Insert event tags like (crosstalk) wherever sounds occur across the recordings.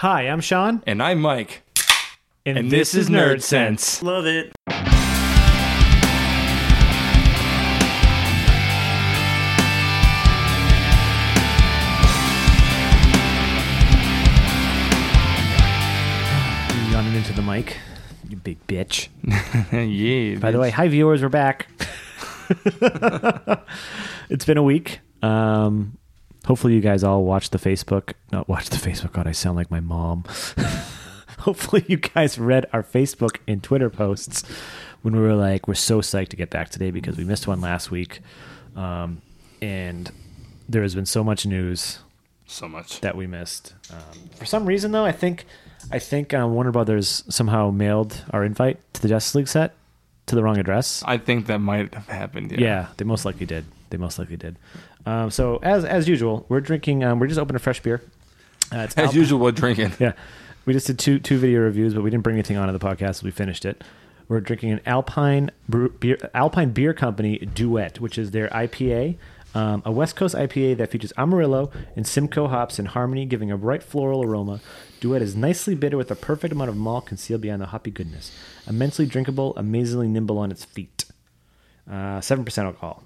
Hi, I'm Sean, And I'm Mike. and, And this, is Nerd Sense. Love it. You yawning into the mic, you big bitch. (laughs) yeah. By the way, hi viewers, we're back. (laughs) it's been a week. Um, hopefully, you guys all watched the Facebook. Not watched the Facebook. God, I sound like my mom. (laughs) hopefully, you guys read our Facebook and Twitter posts when we were like, we're so psyched to get back today because we missed one last week, um, and there has been so much news so much. that we missed. Um, for some reason, though, I think I think uh, Warner Brothers somehow mailed our invite to the Justice League set to the wrong address. I think that might have happened. yeah. they most likely did. They most likely did. Um, so as as usual, we're drinking. Um, we're just opening a fresh beer. Uh, it's As Alp- usual, we're drinking. (laughs) Yeah, we just did two two video reviews, but we didn't bring anything onto the podcast. We finished it. We're drinking an Alpine Brew- beer, Alpine Beer Company Duet, which is their IPA, um, a West Coast IPA that features Amarillo and Simcoe hops in harmony, giving a bright floral aroma. Duet is nicely bitter with a perfect amount of malt concealed behind the hoppy goodness. Immensely drinkable, amazingly nimble on its feet Uh, seven percent alcohol.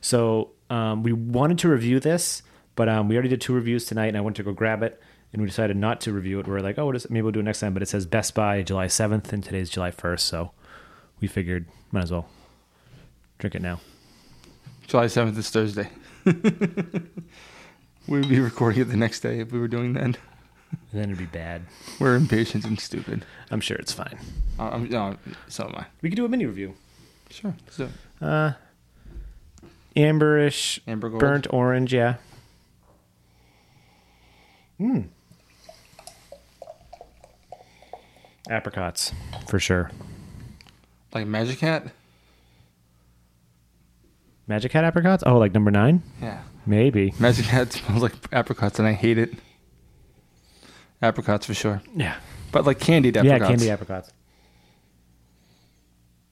So um, we wanted to review this, but um, we already did two reviews tonight, and I went to go grab it, and we decided not to review it. We are like, oh, what is, maybe we'll do it next time. But it says Best Buy July seventh, and today's July first, so we figured might as well drink it now. July 7th is Thursday. (laughs) we would be recording it the next day if we were doing that. And then it'd be bad. We're impatient and stupid. I'm sure it's fine. Uh, I'm, no, so am I. We could do a mini review. Sure. So, Amberish, Amber Gold. burnt orange, yeah. Hmm. Mm. Apricots, for sure. like Magic Hat? Magic Hat apricots? Oh, like number nine? Yeah. Maybe. Magic Hat (laughs) smells like apricots, and I hate it. Apricots for sure. Yeah. But like candied apricots. Yeah, candy apricots.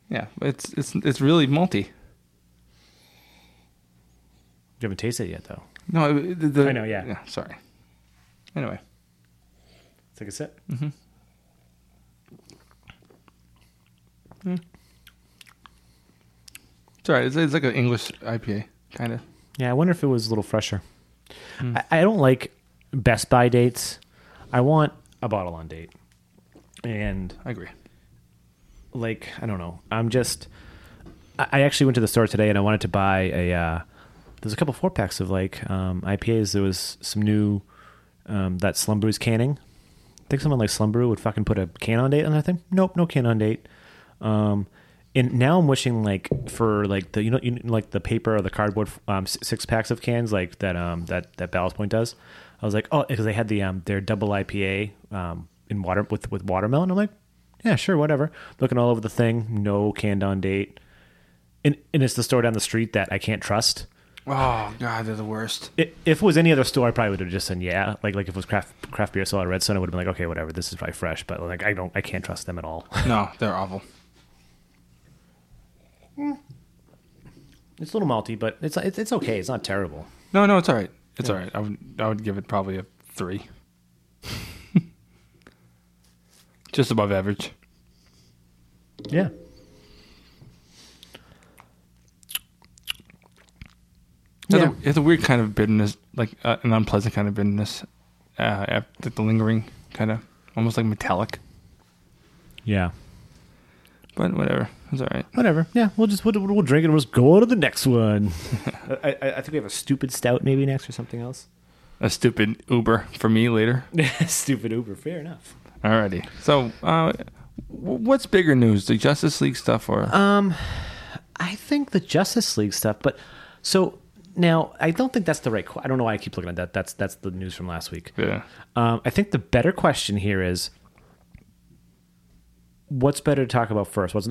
Yeah, it's, it's, it's really malty. You haven't tasted it yet, though. No, it- the, the, I know, yeah. Sorry. Anyway. Take a sip. It's all right. It's, it's like an English IPA, kind of. Yeah, I wonder if it was a little fresher. I, I don't like Best Buy dates. I want a bottle on date. And, I agree. like, I don't know. I'm just. I, I actually went to the store today and I wanted to buy a. Uh, there's a couple four packs of, like, um, IPAs. There was some new. Um, that Slum Brew's canning. Think someone like Slum Brew would fucking put a can on date on that thing? Nope, no can on date. Um, and now I'm wishing like for like the you know, you know like the paper or the cardboard um, s- six packs of cans like that um that that Ballast Point does. I was like oh because they had the um their double IPA um in water with with watermelon. I'm like yeah sure whatever. Looking all over the thing, no canned on date. And and it's the store down the street that I can't trust. Oh God, they're the worst. I- if it was any other store, I probably would have just said yeah. Like like if it was craft craft beer store at Redstone, I would have been like okay whatever. This is probably fresh, but like I don't I can't trust them at all. (laughs) No, they're awful. It's a little malty, but it's it's, it's okay. It's not terrible. No, no, it's all right. It's all right. I would I would give it probably a three. (laughs) Just above average. Yeah. It has a- Yeah. It's, a, weird kind of bitterness, like uh, an unpleasant kind of bitterness, uh, after the lingering kind of, almost like metallic. Yeah. But whatever, it's all right. Whatever. Yeah, we'll just we'll, we'll drink it. and We'll just go to the next one. (laughs) I, I, I think we have a stupid stout maybe next or something else. A stupid Uber for me later. (laughs) stupid Uber. Fair enough. Alrighty. So, uh, w- what's bigger news, the Justice League stuff or? Uh, I think the Justice League stuff, but so now I don't think that's the right. Qu- I don't know why I keep looking at that. That's that's the news from last week. yeah. Um, I think the better question here is, what's better to talk about first? What's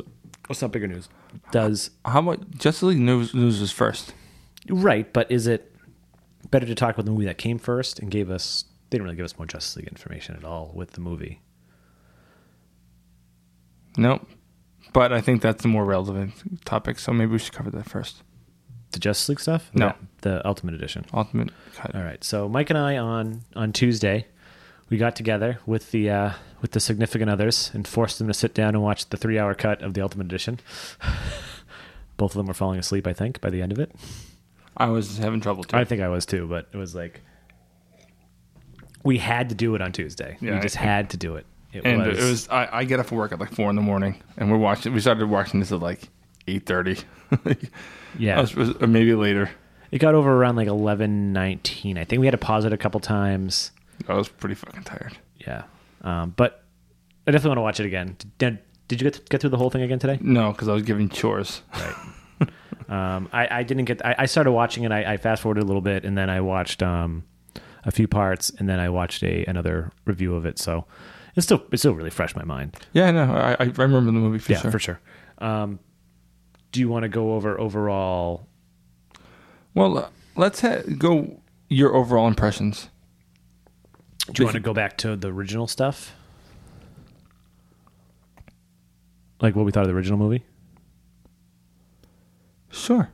what's not bigger news? Does How about Justice League news, news was first? Right, but is it better to talk about the movie that came first and gave us? They didn't really give us more Justice League information at all with the movie. Nope. But I think that's the more relevant topic, so maybe we should cover that first. The Justice League stuff? No. the Ultimate Edition. Ultimate cut. All right. So Mike and I on on Tuesday, we got together with the uh, with the significant others and forced them to sit down and watch the three hour cut of the Ultimate Edition. (sighs) Both of them were falling asleep, I think, by the end of it. I was having trouble too. I think I was too, but it was like we had to do it on Tuesday. we Yeah, just I- had to do it. It and was, it was I, I get up for work at like four in the morning, and we're watching. We started watching this at like eight thirty, (laughs) yeah. or maybe later. it got over around like eleven nineteen. I think we had to pause it a couple times. I was pretty fucking tired. Yeah, um, but I definitely want to watch it again. Did, did you get get through the whole thing again today? No, because I was giving chores. Um, I, I didn't get. I, I started watching it. I, I fast forwarded a little bit, and then I watched um, a few parts, and then I watched a another review of it. So it's still it's still really fresh in my mind. (laughs) Yeah, no, I, I remember the movie for yeah, sure. for sure. Um, do you want to go over overall? Well, uh, let's ha- go your overall impressions. Do you want to go back to the original stuff? Like what we thought of the original movie? Sure.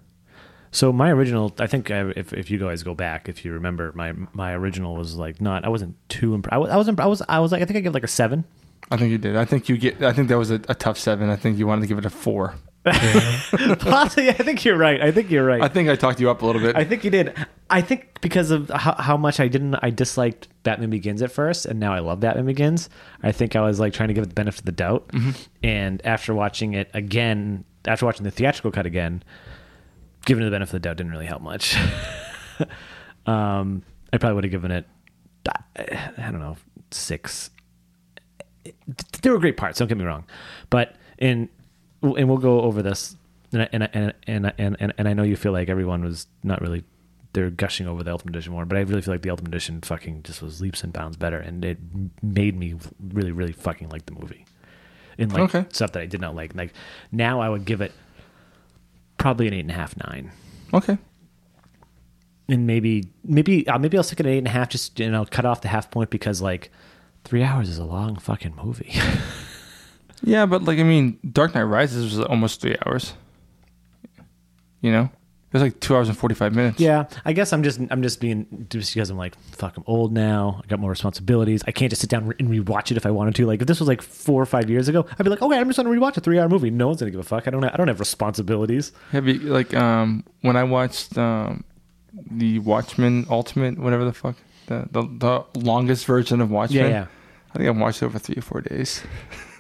So my original, I think I, if if you guys go back, if you remember, my my original was like not. I wasn't too impressed. I was I was imp- I was I was like I think I gave like a seven. (laughs) I think you did. I think you get. I think that was a, a tough seven. I think you wanted to give it a four. Possibly, I think you're right. I think you're right. I think I talked you up a little bit. I think you did. I think because of how, how much I didn't, I disliked Batman Begins at first, and now I love Batman Begins. I think I was like trying to give it the benefit of the doubt, and after watching it again, after watching the theatrical cut again, giving it the benefit of the doubt didn't really help much. (laughs) um, I probably would have given it, I don't know, six. There were great parts. Don't get me wrong, but in and we'll go over this. And I- and I- and I- and I- and and, and I know you feel like everyone was not really they're gushing over the Ultimate Edition more, but I really feel like the Ultimate Edition fucking just was leaps and bounds better, and it made me really really fucking like the movie. And like Okay. stuff that I did not like. Like now I would give it probably an eight and a half nine okay. and maybe maybe uh, maybe I'll stick it at eight and a half, just and I'll cut off the half point because like three hours is a long fucking movie. (laughs) Yeah, but like I mean, Dark Knight Rises was almost three hours. You know, it was like two hours and forty-five minutes. yeah, I guess I'm just I'm just being just because I'm like fuck I'm old now. I got more responsibilities. I can't just sit down and rewatch it if I wanted to. Like if this was like four or five years ago, I'd be like, okay, I'm just gonna rewatch a three hour movie. No one's gonna give a fuck. I don't I don't have responsibilities. Have you like um when I watched um the Watchmen Ultimate, whatever the fuck, the the, the longest version of Watchmen. Yeah, yeah. I think I watched it over three or four days,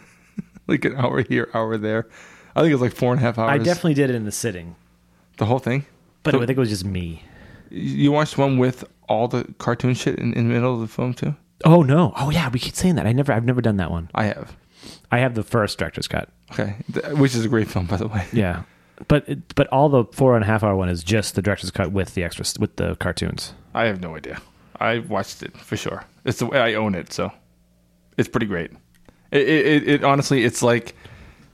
(laughs) like an hour here, hour there. I think it was like four and a half hours. I definitely did it in the sitting, the whole thing. but So- I think it was just me. You watched one with all the cartoon shit in, in the middle of the film too. Oh no! Oh yeah, we keep saying that. I never I've never done that one. I have. I have the first director's cut. Okay, Th- which is a great film, by the way. Yeah, but it, but all the four and a half hour one is just the director's cut with the extras with the cartoons. I have no idea. I watched it for sure. It's the way I own it, so it's pretty great. It, it, it, it honestly, it's like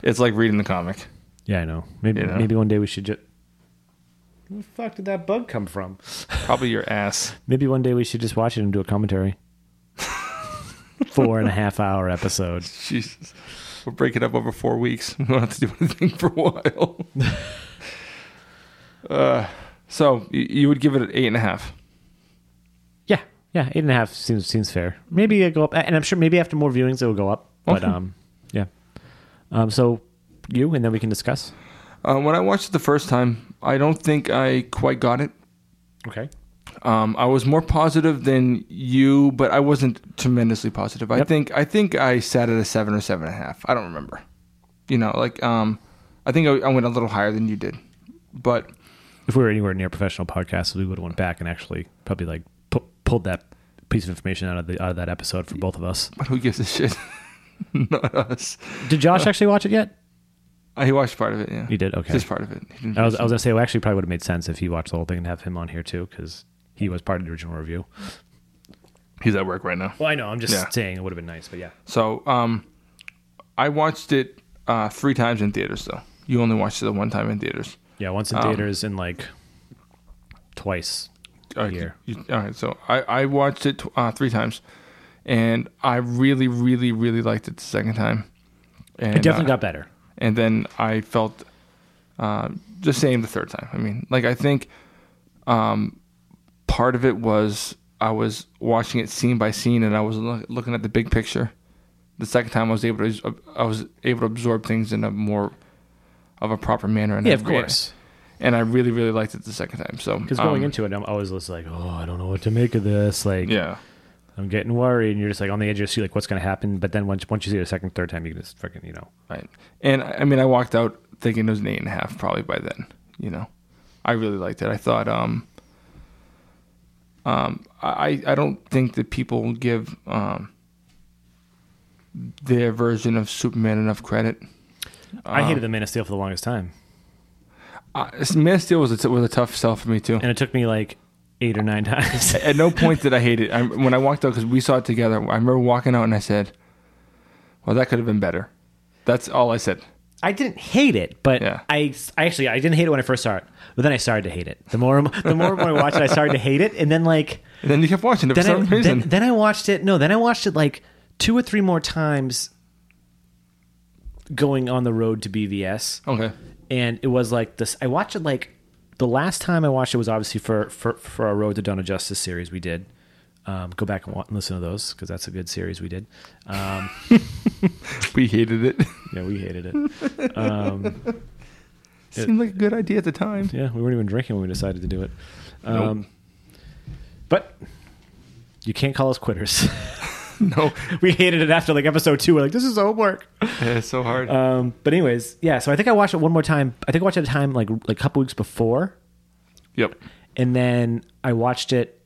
it's like reading the comic. Yeah, I know. Maybe Yeah. maybe one day we should just. Where the fuck did that bug come from? Probably your ass. Maybe one day we should just watch it and do a (laughs) commentary. four and a half hour episode. (laughs) Jesus, we're breaking up over four weeks. (laughs) We don't have to do anything for a while. (laughs) uh, so you, you would give it an eight and a half. Yeah, yeah, eight and a half seems seems fair. Maybe it go up, and I'm sure maybe after more viewings it will go up. But Okay. um, yeah. Um, so you and then we can discuss. Uh, when I watched it the first time, I don't think I quite got it. Okay. Um, I was more positive than you, but I wasn't tremendously positive. I Yep. think I think I sat at a seven or seven and a half. I don't remember. You know, like um, I think I, I went a little higher than you did, but (laughs) if we were anywhere near professional podcasts, we would have went back and actually probably like pu- pulled that piece of information out of the out of that episode for both of us. but who gives a shit? (laughs) Not us. Did Josh actually watch it yet? I he watched part of it. Yeah, He did? Okay. just part of it. He didn't I was I finish was gonna say well, actually probably would have made sense if he watched the whole thing and have him on here too because he was part of the original review. it. He's at work right now. Well, I know I'm just Yeah. saying it would have been nice, but yeah, So um, I watched it uh, three times in theaters though. You only watched it the one time in theaters. yeah, once Um, in theaters and like twice. all right, here. you- all right, so I, I watched it uh, three times, and I really, really, really liked it the second time. And, It definitely uh, got better. And then I felt uh, the same the third time. I mean, like I think um, part of it was I was watching it scene by scene, and I was look, looking at the big picture. The second time, I was able to I was able to absorb things in a more of a proper manner. And Yeah, I of really- course. And I really really liked it the second time. So Because going um, into it, I'm always just like, oh, I don't know what to make of this. Like, yeah, I'm getting worried, and you're just like on the edge of your seat, like what's going to happen. But then once once you see it a second, third time, you can just fucking, you know, right. And I I mean, I walked out thinking it was an eight and a half probably by then. You know, I really liked it. I thought um um I I don't think that people give um their version of Superman enough credit. Uh-huh. I hated the Man of Steel for the longest time, Uh, Man of Steel was a t- was a tough sell for me too. and it took me like eight or nine (laughs) (laughs) times. At no point did I hate it. I, when I walked out because we saw it together, I remember walking out and I said, "Well, that could have been better." That's all I said. I didn't hate it, but Yeah. I, I actually I didn't hate it when I first saw it, but then I started to hate it. The more the more when I watched it, I started to hate it, and then like And then you kept watching it for then I, some reason. then, then I watched it. No, then I watched it like two or three more times. Going on the road to BVS. okay. and it was like this i watched it like the last time i watched it was obviously for for, for our road to dawn of justice series we did um, go back and wa- listen to those because that's a good series we did (laughs) um, We hated it. (laughs) yeah we hated it um, Seemed like a good idea at the time. yeah we weren't even drinking when we decided to do it um, but you can't call us quitters (laughs) (laughs) No, we hated it after like episode two we're like this is homework Yeah, it's uh, so hard. um, but anyways yeah so i think i watched it one more time i think i watched it a time like like a couple weeks before yep. and then i watched it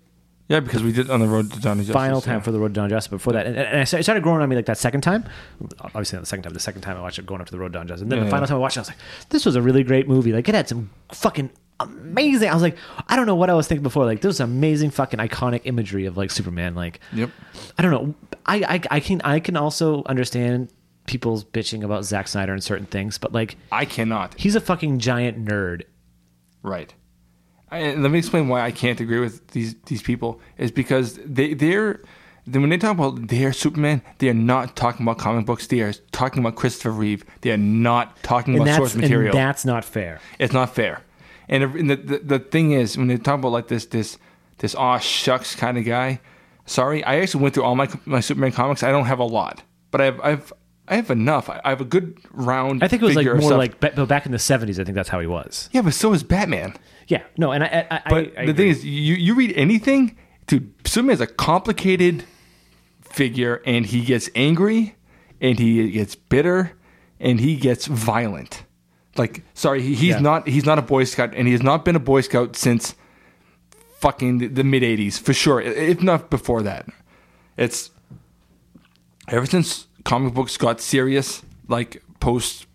Yeah, because we did on the road to Johnny. Justice. final time for the road to Don Justice. Before that, and, and I sta- it started growing on me like that second time. Obviously, not the second time. The second time I watched it, going up to the road to Don Justice, and then Yeah, the final yeah. time I watched it, I was like, "This was a really great movie. Like it had some fucking amazing." I was like, "I don't know what I was thinking before. Like there was amazing fucking iconic imagery of like Superman. Like Yep. I don't know. I I, I can I can also understand people's bitching about Zack Snyder and certain things, but like I cannot. he's a fucking giant nerd. Right. I, and let me explain why I can't agree with these these people is because they they're then when they talk about their Superman, they are not talking about comic books. They are talking about Christopher Reeve. They are not talking And about that's source material. and that's not fair. it's not fair. And, if- and the, the the thing is, when they talk about like this this this aw shucks kind of guy, sorry, I actually went through all my my Superman comics. I don't have a lot, but I have I've I have enough. I I have a good round. I think it was like figure more of stuff. like ba- back in the seventies. I think that's how he was. yeah, but so is Batman. Yeah, no, and I, I, I I But the agree. thing is, you, you read anything, dude, Superman's a complicated figure and he gets angry and he gets bitter and he gets violent. Like, sorry, he, he's Yeah. not he's not a Boy Scout and he has not been a Boy Scout since fucking the, the mid '80s for sure, i- if not before that. It's ever since comic books got serious, like post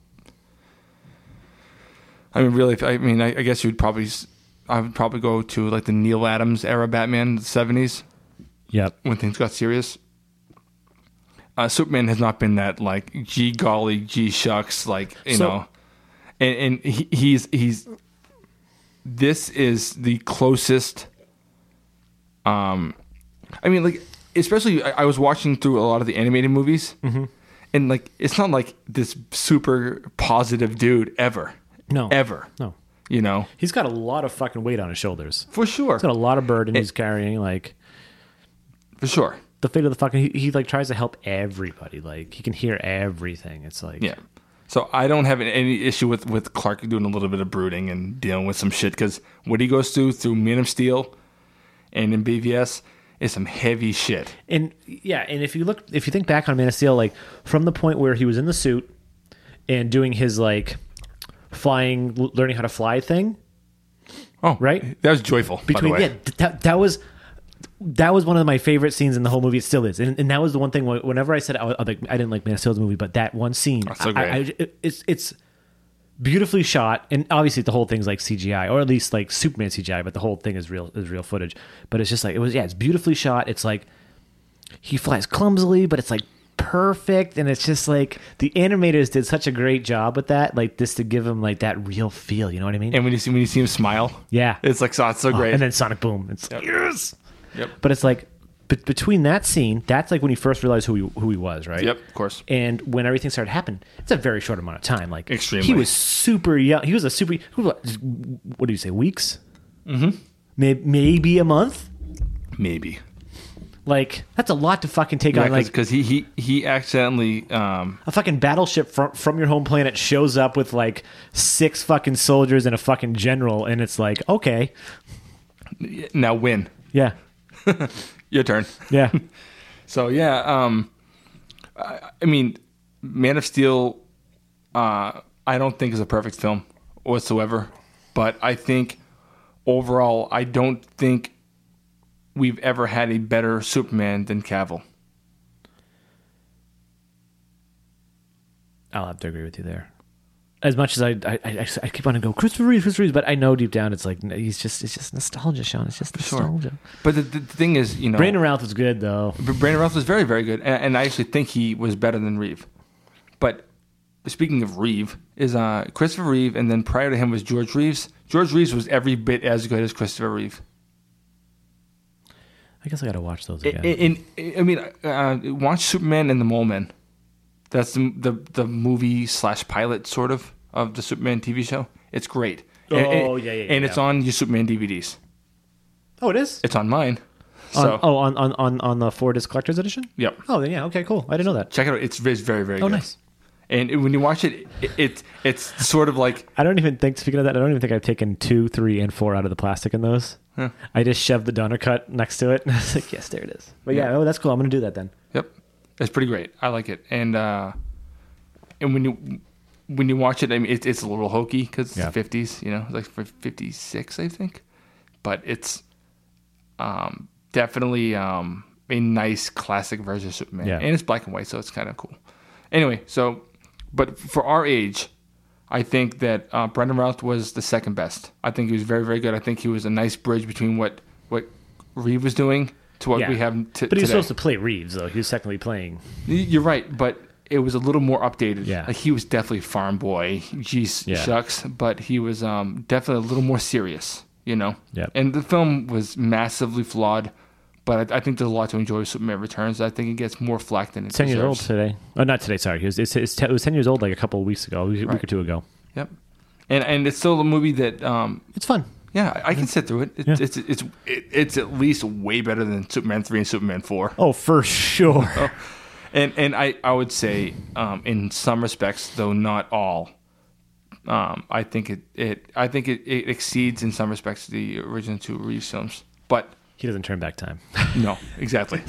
I mean, really, if- I mean, I, I guess you'd probably, s- I would probably go to like the Neil Adams era Batman, the 70s, Yep. when things got serious. Uh, Superman has not been that like gee golly gee shucks like you So- know, and and he, he's he's this is the closest. Um, I mean, like especially I, I was watching through a lot of the animated movies, Mm-hmm. and like it's not like this super positive dude ever, No. ever, No. you know, He's got a lot of fucking weight on his shoulders. for sure, He's got a lot of burden Eh. he's carrying. Like for sure, the fate of the fucking. He, he like tries to help everybody. Like he can hear everything. It's like yeah. So I don't have any issue with with Clark doing a little bit of brooding and dealing with some shit because what he goes through through Man of Steel and in BVS is some heavy shit. And yeah, and if you look, if you think back on Man of Steel, like from the point where he was in the suit and doing his like flying, learning how to fly thing, Oh, Right? That was joyful. between by the yeah way. th- that, that was that was one of my favorite scenes in the whole movie it still is and, and that was the one thing wh- whenever i said i, was, I, was like, I didn't like man of steel's movie but that one scene so I- I- great. I- it's it's beautifully shot and obviously the whole thing's like cgi or at least like superman cgi but the whole thing is real is real footage but it's just like it was yeah it's beautifully shot it's like he flies clumsily but it's like perfect and it's just like the animators did such a great job with that like this to give him like that real feel you know what i mean And when you see when you see him smile, Yeah. it's like so it's so great. Oh, and then Sonic Boom. It's like, yes. Yep. But it's like but between that scene, that's like when he first realized who he who he was, right? Yep, of course. And when everything started happening, it's a very short amount of time. Like Extremely. he was super young. He was a super. who was- What do you say? Weeks? Mm-hmm. Maybe, a month. Maybe Like that's a lot to fucking take on. Like because he he he accidentally um a fucking battleship from from your home planet shows up with like six fucking soldiers and a fucking general, and it's like okay, now win yeah, your turn. yeah, So yeah, um, I, I mean, Man of Steel, uh, I don't think is a perfect film whatsoever, but I think overall, I don't think we've ever had a better Superman than Cavill. I'll have to agree with you there. As much as I, I, I, I keep on to go Christopher Reeves, Christopher Reeves, but I know deep down it's like no, he's just it's just nostalgia, Sean. It's just nostalgia. But the, the thing is, you know, Brandon Routh was good though. But Brandon Ralph was very, very good, and, and I actually think he was better than Reeve. But speaking of Reeve, is uh, Christopher Reeve, and then prior to him was George Reeves. George Reeves was every bit as good as Christopher Reeve. I guess I got to watch those In, again. in, I mean, uh, watch Superman and the Mole Men. That's the the, the movie slash pilot sort of of the Superman TV show. It's great. And- Oh, and, yeah, yeah, yeah, And it's yeah. on your Superman DVDs. oh, it is. It's on mine. On, So oh, on, on on on the Ford is collector's edition. Yep. Oh, then yeah. Okay, cool. I didn't know that. check it out. It's very, very Oh, good. nice. And it- when you watch it, it, it it's sort of like I don't even think. Speaking of that, I don't even think I've taken two, three, and four out of the plastic in those. I just shoved the Donner cut next to it, (laughs) and I was like, "Yes, there it is." But yeah, oh, that's cool. I'm gonna do that then. Yep, it's pretty great. I like it, and uh, and when you when you watch it, I mean, it's it's a little hokey because it's Yeah. the fifties, you know, like for fifty six, I think, but it's um, definitely um, a nice classic version of Superman, Yeah. and it's black and white, so it's kind of cool. Anyway, so but for our age. I think that uh, Brendan Routh was the second best. I think he was very, very good. I think he was a nice bridge between what what Reeve was doing to what yeah. we have. T- but he was today. supposed to play Reeves, though. He was technically playing. You're right, but it was a little more updated. Yeah. Like he was definitely farm boy. Geez, Yeah. shucks. But he was um, definitely a little more serious, you know? Yep. And the film was massively flawed, but I, I think there's a lot to enjoy with Superman Returns. I think it gets more flack than it Ten years old deserves. today. Oh, not today. Sorry, he was. It's, it's, it was ten years old, like a couple of weeks ago, a week, week or two ago. Yep. And, and it's still a movie that, um, It's fun. yeah, I- I can sit through it. It's, it's, it's, it, it's at least way better than Superman 3 and Superman 4. Oh, for sure. And and I, I would say um, in some respects, though not all, um, I think it, it I think it, it exceeds in some respects the original two Reeves films. But He doesn't turn back time. (laughs) no, exactly.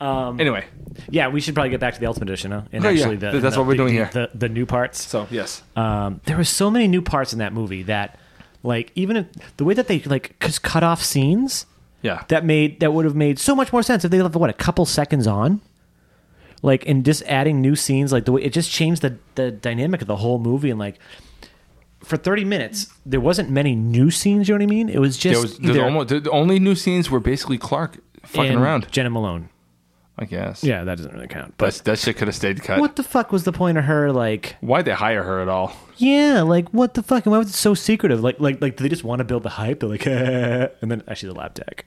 Um, anyway, yeah, we should probably get back to the Ultimate Edition, huh? And Oh, Yeah, yeah. actually, The, That's the- what we're the- doing the- here. The, the new parts. so yes, um, there were so many new parts in that movie that like even if, the way that they like just cut off scenes yeah, that made that would have made so much more sense if they left what a couple seconds on like and just adding new scenes like the way it just changed the the dynamic of the whole movie and like for 30 minutes there wasn't many new scenes you know what i mean it was just there was there's either- almost the only new scenes were basically Clark fucking and around. jenna malone I guess. yeah that doesn't really count but That's, that shit could have stayed cut. what the fuck was the point of her like Why'd they hire her at all? Yeah, like what the fuck? And why was it so secretive? Like, like, like, do they just want to build the hype? They're like, (laughs) and then actually the lab tech.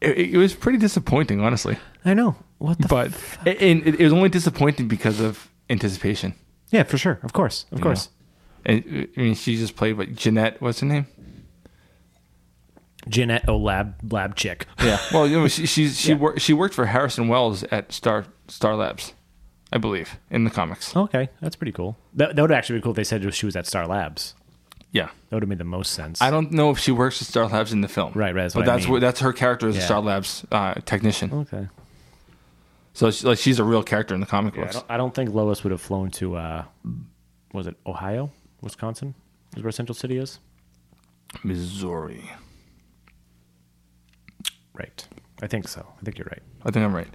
It, it was pretty disappointing, honestly. I know what the. But and it, it was only disappointing because of anticipation. yeah, for sure, of course, of course. And, uh, I mean, she just played what Jeanette. What's her name? Jeanette, oh lab, lab chick. Yeah. Well, you know, she she's, she wor- she worked for Harrison Wells at Star Star Labs, I believe, in the comics. okay, that's pretty cool. That, that would actually be cool if they said she was at Star Labs. Yeah. That would have made the most sense. I don't know if she works at Star Labs in the film. Right, right, that's but what I that's mean. where that's her character as a Yeah. Oh. Star Labs uh, technician. okay. So she, like she's a real character in the comic Yeah, I, books. don't, I don't think Lois would have flown to. uh Was it Ohio, Wisconsin? Is where Central City is. Missouri. Right. I think so. I think you're right. I think I'm right.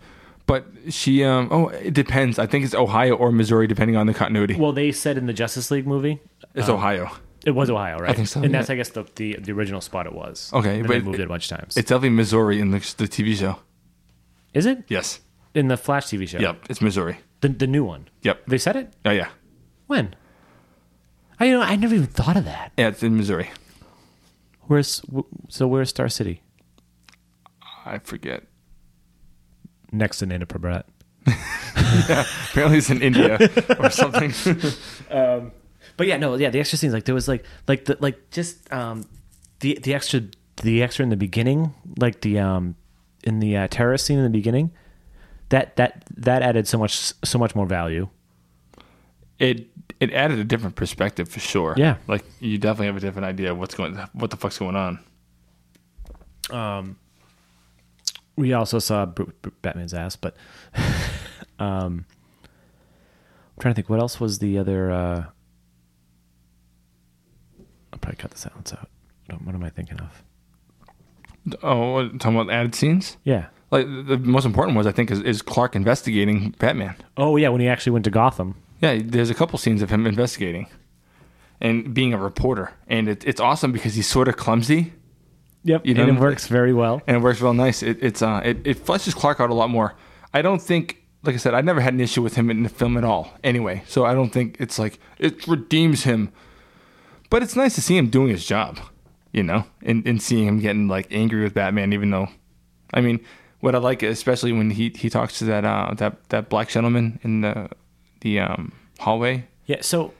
But she um oh it depends. I think it's Ohio or Missouri depending on the continuity. Well, uh, they said in the Justice League movie it's Ohio. It was Ohio, right? think so, And that's, yeah. I guess, the, the the original spot it was. Okay, and but they moved it- it, a bunch of times. It's definitely Missouri in the, the TV show. Is it Yes. in the Flash TV show? Yep. It's Missouri. The the new one. Yep. They said it Oh yeah. when? I you know I never even thought of that. Yeah, it's in Missouri. Where's w- so where's Star City? I forget. Next to Nana Parbat. Apparently, it's in India or something. But yeah, no, yeah, the extra scenes like there was like like the like just um the the extra the extra in the beginning like the um in the uh, terrorist scene in the beginning, that that that added so much so much more value. It it added a different perspective for sure. Yeah. like you definitely have a different idea of what's going, what the fuck's going on. We also saw B- B- Batman's ass, but (laughs) um, I'm trying to think what else was the other. Uh, I'll probably cut the silence out. What am- What am I thinking of? Oh, what, talking about added scenes. Yeah. Like the the most important was, I think, is, is Clark investigating Batman. Oh yeah, when he actually went to Gotham. Yeah, there's a couple scenes of him investigating and being a reporter, and it, it's awesome because he's sort of clumsy Yep, You and know- it works very well. and it works real nice. It, it's uh, it, it fleshes Clark out a lot more. I don't think, like I said, I never had an issue with him in the film at all. Anyway, so I don't think it's like it redeems him, but it's nice to see him doing his job, you know, and and seeing him getting like angry with Batman, even though, I mean, what I like, especially when he he talks to that uh that that black gentleman in the the um hallway. Yeah, so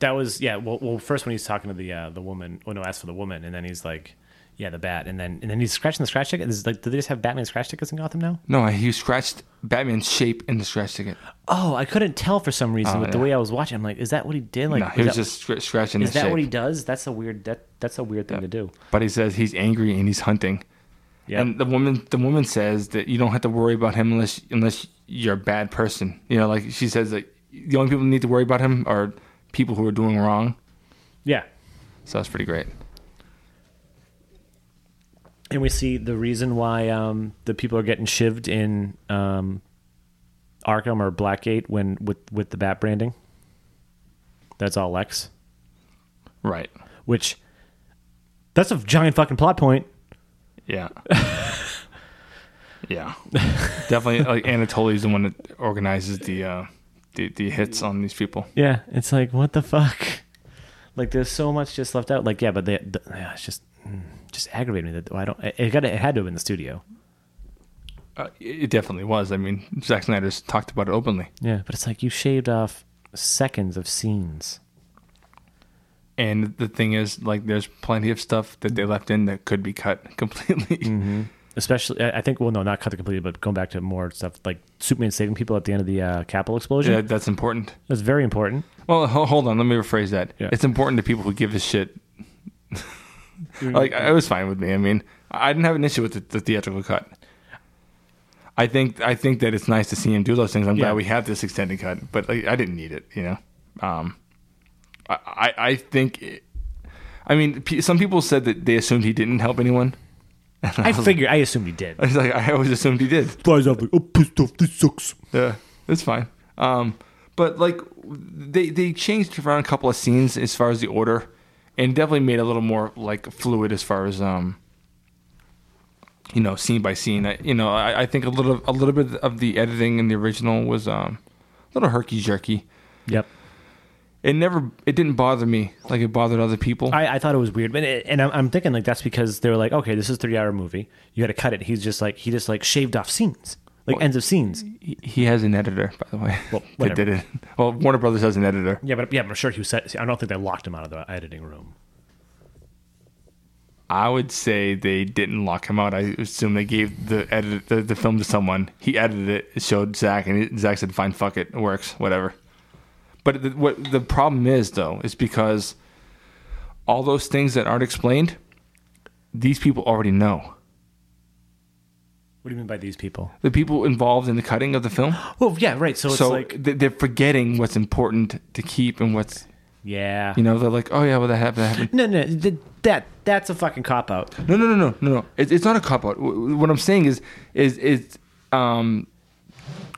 that was yeah. Well, well first when he's talking to the uh, the woman, oh no, asked for the woman, and then he's like, yeah, the bat, and then and then he's scratching the scratch ticket. This is like, do they just have Batman scratch tickets in Gotham now? No, he scratched Batman's shape in the scratch ticket. Oh, I couldn't tell for some reason Oh, with the yeah. way I was watching. I'm like, is that what he did? Like, no, he is was that, just scr- scratching is the that shape. what he does? That's a weird that that's a weird thing to do. but he says he's angry and he's hunting. Yeah, And the woman, the woman says that you don't have to worry about him unless unless you're a bad person. You know, like she says that the only people who need to worry about him are people who are doing wrong. yeah. So that's pretty great. And we see the reason why um, the people are getting shivved in um, Arkham or Blackgate when with with the bat branding. That's all Lex. Right. which that's a giant fucking plot point. Yeah. yeah. Definitely. Like Anatoly's the one that organizes the uh, the the hits on these people. Yeah, it's like what the fuck. Like there's so much just left out. Like yeah, but they, the, yeah, it's just mm, just aggravated me that I don't. It, it got it had to have been the studio. Uh, it it definitely was. I mean, Zack Snyder's talked about it openly. Yeah, but it's like you shaved off seconds of scenes. And the thing is, like, there's plenty of stuff that they left in that could be cut (laughs) completely. Especially, I I think. Well, no, not cut the complete, but going back to more stuff like Superman saving people at the end of the uh, Capitol explosion. Yeah, that's important. That's very important. Well, ho- hold on. Let me rephrase that. Yeah. It's important to people who give a shit. (laughs) like, it was fine with me. I mean, I didn't have an issue with the, the theatrical cut. I think I think that it's nice to see him do those things. I'm Yeah. glad we have this extended cut, but like, I didn't need it. You know, um, I I, I think. It, I mean, pe- some people said that they assumed he didn't help anyone. I figure. I assumed he did. It's like I always assumed he did. Flies off like, oh, pissed off. This sucks. Yeah, it's fine. Um, but like they they changed around a couple of scenes as far as the order, and definitely made it a little more like fluid as far as um, you know, scene by scene. I, you know, I, I think a little a little bit of the editing in the original was um, a little herky jerky. Yep. It never it didn't bother me like it bothered other people. I, I thought it was weird, but it, and I'm, I'm thinking like that's because they were like, okay, this is a three hour movie, you got to cut it. He's just like he just like shaved off scenes, like ends of scenes. he, he has an editor, by the way. (laughs) Well, that did it. Well, Warner Brothers has an editor. Yeah, but yeah, I'm sure he was. Set, I don't think they locked him out of the editing room. I would say they didn't lock him out. I assume they gave the edit the, the film to someone. He edited it, it showed Zach, and it, Zach said, "Fine, fuck it, it works, whatever." But the, what the problem is though is because all those things that aren't explained, these people already know. What do you mean by these people? The people involved in the cutting of the film, Oh yeah, right. So it's so like they- they're forgetting what's important to keep and what's yeah, you know they're like, "Oh yeah, well that happened, that happened." no, no, th- that that's a fucking cop out. No, no, no, no, no, no. It, it's not a cop out. Wh- What I'm saying is, is, is, um,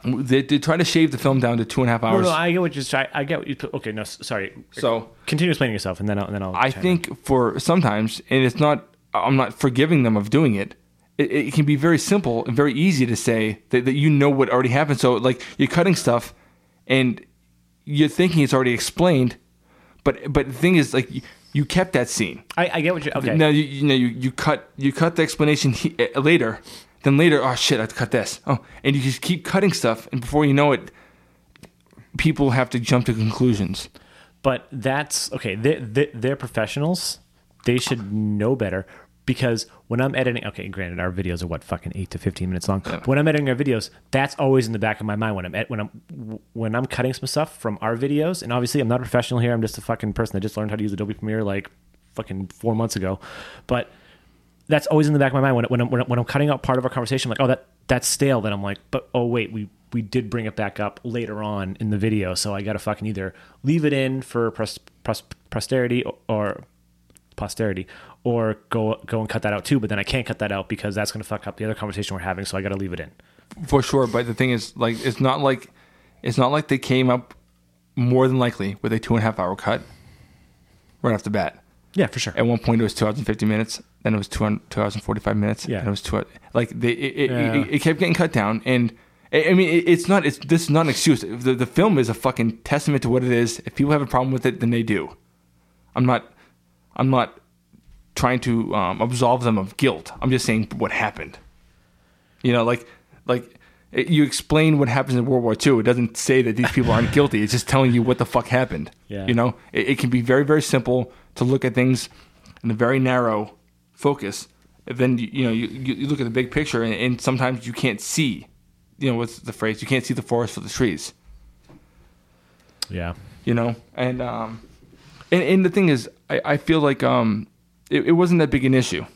they, they try to shave the film down to two and a half No, hours. Oh, no, I get what you're trying. I get what you. put- Okay, no, s- sorry. so Continue explaining yourself, and then I'll, and then I'll. I chime think for sometimes, and it's not, I'm not forgiving them of doing it. It, it can be very simple and very easy to say that, that you know what already happened. So like you're cutting stuff, and you're thinking it's already explained, but but the thing is like you, you kept that scene. in. I, I get what you're. Okay, Now you, you know you, you cut you cut the explanation he, uh, later. Then later, oh shit, I have to cut this. Oh, and you just keep cutting stuff, and before you know it, people have to jump to conclusions. but that's okay. They, they, they're professionals. They should know better. because when I'm editing, okay, granted, our videos are what fucking eight to fifteen minutes long. But when I'm editing our videos, that's always in the back of my mind when I'm ed- when I'm when I'm cutting some stuff from our videos. And obviously, I'm not a professional here. I'm just a fucking person that just learned how to use Adobe Premiere like fucking four months ago. But that's always in the back of my mind when when I'm, when I'm, when I'm cutting out part of our conversation. I'm like, oh, that that's stale. Then I'm like, but oh wait, we we did bring it back up later on in the video, so I got to fucking either leave it in for pros, pros, posterity or, or posterity, or go go and cut that out too. But then I can't cut that out because that's going to fuck up the other conversation we're having, so I got to leave it in. for sure. But the thing is, like, it's not like it's not like they came up more than likely with a two and a half hour cut right off the bat. Yeah, for sure. At one point, it was two hours and fifty minutes. Then it was two hundred two hours and forty five minutes. Yeah. and it was two. Like they, it, it, Yeah. it, it kept getting cut down. And I I mean, it, it's not. It's this is not an excuse. The, the film is a fucking testament to what it is. If people have a problem with it, then they do. I'm not. I'm not trying to um, absolve them of guilt. I'm just saying what happened. You know, like like it, you explain what happens in World War II. It doesn't say that these people aren't guilty. It's just telling you what the fuck happened. Yeah. You know, it, it can be very very simple to look at things in a very narrow focus. And then you, you know you, you you look at the big picture, and, and sometimes you can't see. You know what's the phrase? You can't see the forest for the trees Yeah, you know and um and, and the thing is i, I feel like um it, it wasn't that big an issue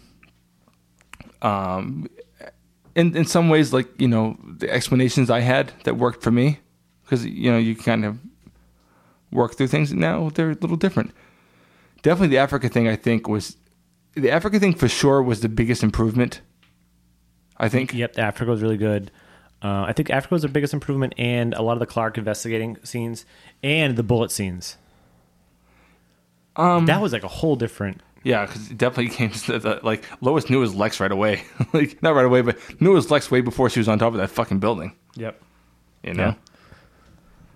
um in in some ways like you know the explanations i had that worked for me because you know you kind of work through things now they're a little different definitely the africa thing i think was the africa thing for sure was the biggest improvement i think yep. Africa was really good. Uh, I think Africa was the biggest improvement, and a lot of the Clark investigating scenes and the bullet scenes. Um, that was like a whole different. Yeah, because it definitely came to the, like Lois knew his Lex right away. (laughs) like not right away, but knew his Lex way before she was on top of that fucking building. Yep. You know.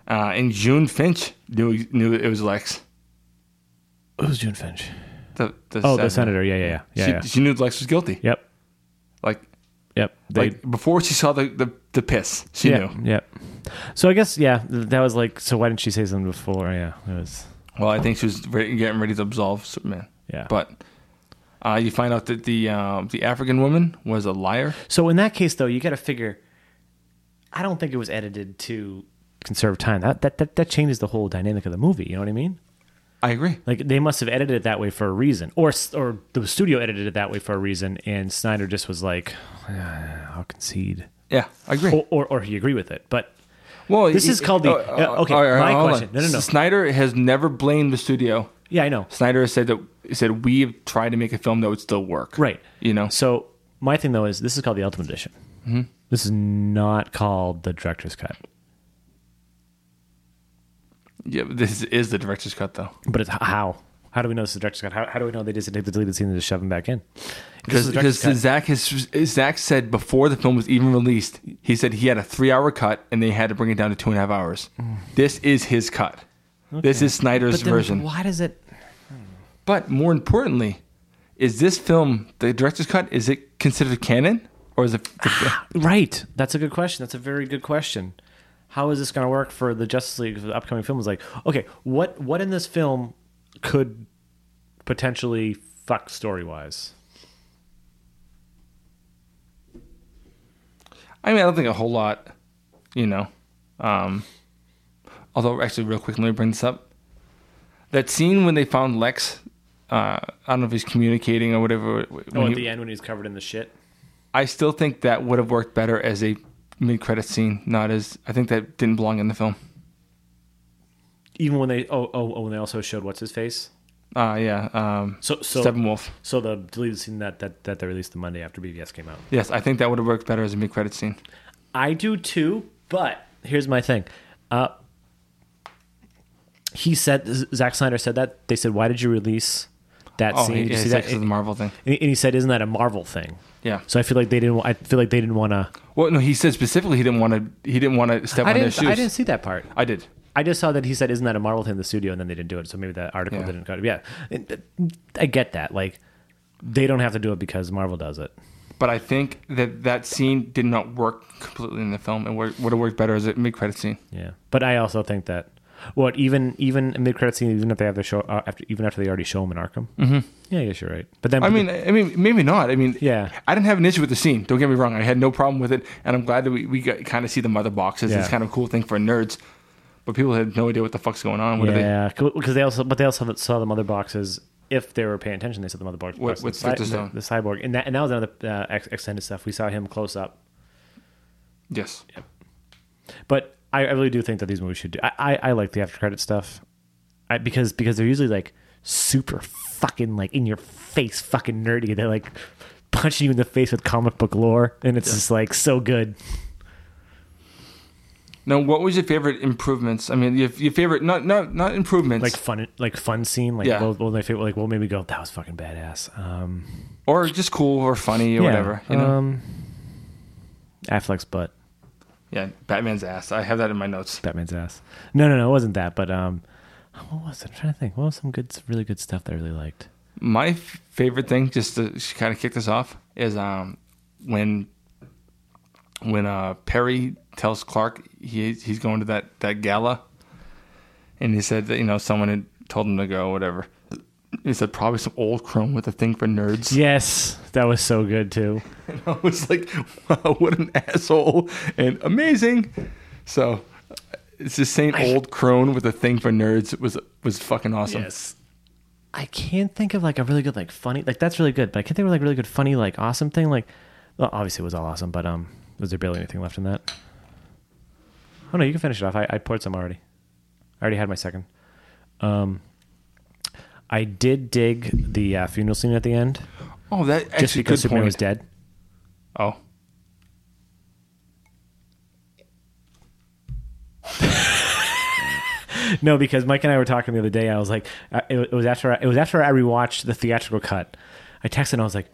Uh, and June Finch knew knew it was Lex. It was June Finch. The, the Oh, the senator. Yeah, yeah, yeah, yeah. she, yeah. she knew Lex was guilty. Yep. Like Yep. They, like before she saw the, the, the piss, she yeah, knew. Yep. So I guess yeah, th- that was like. So why didn't she say something before? Yeah, it was. Well, I think she was ready, getting ready to absolve Superman. Yeah. But uh, you find out that the um, the African woman was a liar. So in that case, though, you got to figure. I don't think it was edited to conserve time. That, that that that changes the whole dynamic of the movie. You know what I mean? I agree. Like they must have edited it that way for a reason, or s- or the studio edited it that way for a reason, and Snyder just was like, "Ah, "I'll concede," Yeah, I agree. or or, or he agreed with it, but. Well, oh, This is called the- uh, okay, my hold question. No, no, no. Snyder has never blamed the studio. Yeah, I know. Snyder has said that said we've tried to make a film that would still work. Right. You know. Mm-hmm. So my thing though is this is called the Ultimate Edition. This is not called the director's cut, Yeah, but this is the director's cut though. but it's h- how? How do we know this is the director's cut? How, how do we know they just take the deleted scene and just shove them back in? If this is Because the director's cut- Zach has Zach said before the film was even released, he said he had a three hour cut and they had to bring it down to two and a half hours. This is his cut. This is Snyder's Hmm. But then version. Why does it? But more importantly, is this film the director's cut? Is it considered canon or is it? Right. That's a good question. That's a very good question. How is this going to work for the Justice League? for The upcoming film is like, okay, what what in this film could potentially fuck story wise? I mean, I don't think a whole lot, you know. Um, although, actually, real quick, let me bring this up. That scene when they found Lex, uh, I don't know if he's communicating or whatever. when Oh, he- at the end when he's covered in the shit. I still think that would have worked better as a mid-credit scene, not as. I think that didn't belong in the film. Even when they oh oh, oh when they also showed what's his face. Uh, yeah. Um, So so Steppenwolf. so the deleted scene that, that that they released the Monday after BVS came out. Yes, I think that would have worked better as a mid-credit scene. I do too, but here's my thing. Uh, he said Z- Zack Snyder said that they said why did you release that Oh, scene? Did yeah, you see it's that? actually the And, Marvel thing. and he said, "Isn't that a Marvel thing?" Yeah. So I feel like they didn't. wa- I feel like they didn't want to. Well, no, he said specifically he didn't want to. He didn't want to step I on their didn't. shoes. I didn't see that part. I did. I just saw that he said, "Isn't that a Marvel thing?" In the studio, and then they didn't do it. So maybe that article Yeah. didn't go. Yeah, And, uh, I get that. Like they don't have to do it because Marvel does it. but I think that that scene did not work completely in the film and would would have worked better as a mid credit scene. Yeah, but I also think that What even even mid credit scene even if they have their show uh, after even after they already show him in Arkham. Mm-hmm. Yeah, I guess you're right. But then I mean, I mean, maybe not. I mean, Yeah. I didn't have an issue with the scene. Don't get me wrong. I had no problem with it, and I'm glad that we, we got, kind of see the mother boxes. It's Yeah. kind of a cool thing for nerds, but people had no idea what the fuck's going on. What are they? yeah, because they also but they also saw the mother boxes. If they were paying attention, they saw the mother box. What- boxes. what's the, Victor Stone? the cyborg, and that and that was another uh, ex- extended stuff. We saw him close up, Yes. but I, I really do think that these movies should do. I, I, I like the after credit stuff, I, because because they're usually like super fucking like in your face fucking nerdy. They're like punching you in the face with comic book lore, and it's just like so good. Now, what was your favorite improvements? I mean, your, your favorite not not not improvements, Like fun, like fun scene. Like Yeah. well, well, my favorite, like well, maybe go that was fucking badass. Um, or just cool or funny or yeah, whatever. You know, um, Affleck's butt. yeah, Batman's ass. I have that in my notes. Batman's ass. No, no, no, it wasn't that. But um, what was it? I'm trying to think. What was some good, really good stuff that I really liked? My f- favorite thing, just to kind of kick this off, is um, when when uh, Perry tells Clark he he's going to that, that gala, and he said that you know someone had told him to go, whatever. He said probably some old crone with a thing for nerds. Yes, that was so good too. And (laughs) I was like, wow, what an asshole and amazing. So it's just saying old crone with a thing for nerds was was fucking awesome. Yes. I can't think of like a really good like funny like that's really good, but I can't think of like really good funny like awesome thing like. Well, obviously it was all awesome, but um, was there barely anything left in that? Oh no, you can finish it off. I, I poured some already. I already had my second. Um, I did dig the uh, funeral scene at the end, Oh, that just actually because good Superman point. was dead. Oh. No, because Mike and I were talking the other day. I was like, uh, it, it was after I, it was after I rewatched the theatrical cut. I texted and I was like,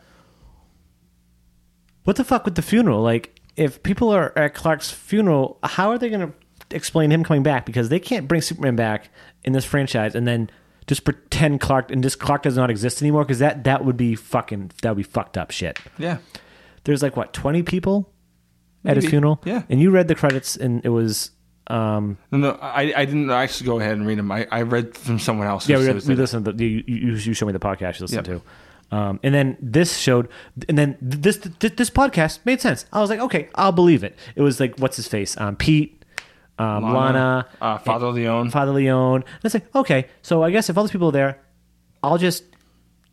"What the fuck with the funeral? Like, if people are at Clark's funeral, how are they going to explain him coming back? Because they can't bring Superman back in this franchise and then just pretend Clark and just Clark does not exist anymore. Because that that would be fucking that would be fucked up shit. Yeah. There's like what twenty people at his Maybe. funeral. Yeah. and you read the credits and it was. Um, No, no, I, I didn't actually go ahead and read them. I, I read from someone else. who Yeah, we, said- we said- listened. To the, you, you you showed me the podcast you listened Yep. to, um, and then this showed, and then th- this th- this podcast made sense. I was like, okay, I'll believe it. It was like, what's his face, um, Pete, um, Lana, Um, uh, Father Leon. Father Leone. And it's like, okay, so I guess if all these people are there, I'll just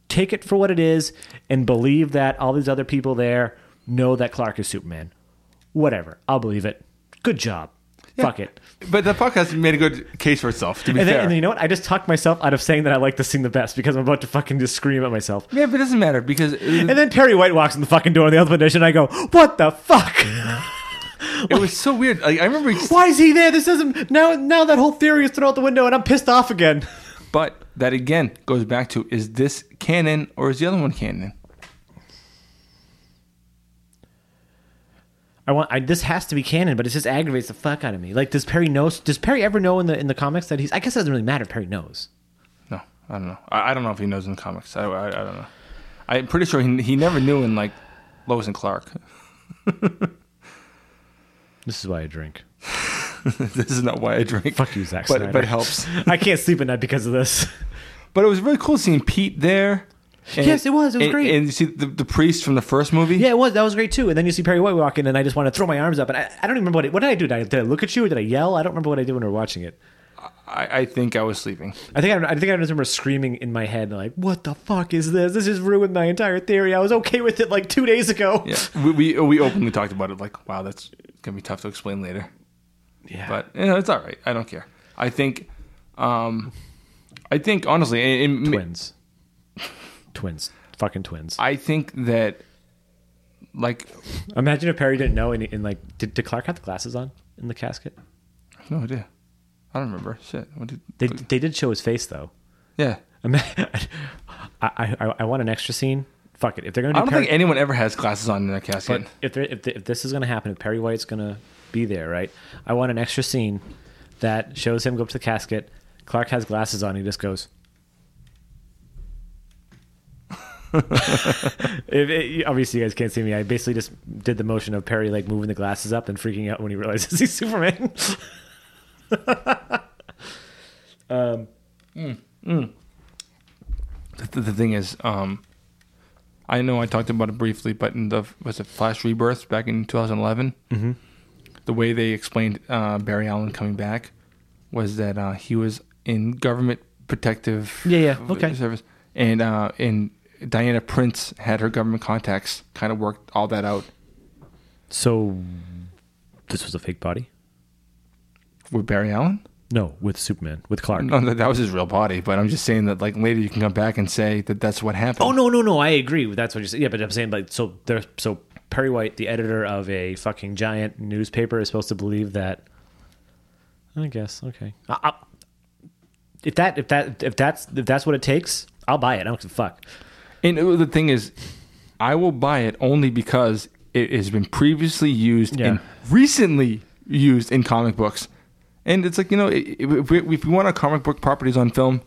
take it for what it is and believe that all these other people there know that Clark is Superman. Whatever, I'll believe it. Good job. Fuck it. But the podcast made a good case for itself, to be And then, fair. and then you know what? I just talked myself out of saying that I like this scene the best because I'm about to fucking just scream at myself. yeah, but it doesn't matter because it, And then Perry White walks in the fucking door in the Ultimate Edition. And I go, what the fuck? (laughs) it was so weird. Like, I remember, Why is he there? This isn't now. Now that whole theory is thrown out the window, and I'm pissed off again. but that again goes back to is this canon or is the other one canon? I want. I, this has to be canon, but it just aggravates the fuck out of me. Like, does Perry know? Does Perry ever know in the in the comics that he's? I guess it doesn't really matter if Perry knows. No, I don't know. I, I don't know if he knows in the comics. I, I, I don't know. I'm pretty sure he, he never knew in like Lois and Clark. (laughs) This is why I (laughs) drink. this is not why I drink. Fuck you, Zack but, Snyder. but it helps. I can't sleep at night because of this. But it was really cool seeing Pete there. And- Yes, it was. It was and- great. And you see the, the priest from the first movie. Yeah, it was. That was great too. And then you see Perry White walk in, and I just want to throw my arms up. And I, I don't even remember what, I, what did I do. Did I, did I look at you or did I yell? I don't remember what I did when we were watching it. I, I think I was sleeping. I think I, I think I just remember screaming in my head like, "What the fuck is this? This has ruined my entire theory. I was okay with it like two days ago." Yeah, we, we we openly talked about it. Like, wow, that's gonna be tough to explain later. (laughs) Yeah. But you know, it's all right. I don't care. I think, um, I think honestly, it, it, twins, twins, fucking twins. I think that like Imagine if Perry didn't know and, and like, did, did Clark have the glasses on in the casket? no idea. I don't remember. Shit. What did, They they did show his face though. (laughs) yeah. Ima- I, I I want an extra scene. Fuck it. If they're gonna I do don't Perry, think anyone ever has glasses on in their casket. if, there, if, th if this is going to happen, if Perry White's going to be there, right? I want an extra scene that shows him go up to the casket. Clark has glasses on. He just goes. (laughs) if it, obviously, you guys can't see me. I basically just did the motion of Perry like (laughs) moving the glasses up and freaking out when he realizes he's Superman. The, the thing is, um, I know I talked about it briefly, but in the was it Flash Rebirth back in 2011, mm-hmm. the way they explained uh, Barry Allen coming back was that uh, he was in government protective Yeah, yeah, okay. service, and uh, and Diana Prince had her government contacts kind of worked all that out So this was a fake body? with Barry Allen. No, with Superman, with Clark. No, that, that was his real body, but I'm just saying that like later you can come back and say that that's what happened. Oh no, no, no! I agree. That's what you said. Yeah, but I'm saying like so. There, so Perry White, the editor of a fucking giant newspaper, is supposed to believe that. I guess okay. I, I, if that, if that, if that's if that's what it takes, I'll buy it. I don't give a fuck. And it- the thing is, I will buy it only because it has been previously used Yeah. and recently used in comic books. And it's like, you know, i- i- if we, if we want our comic book properties on film,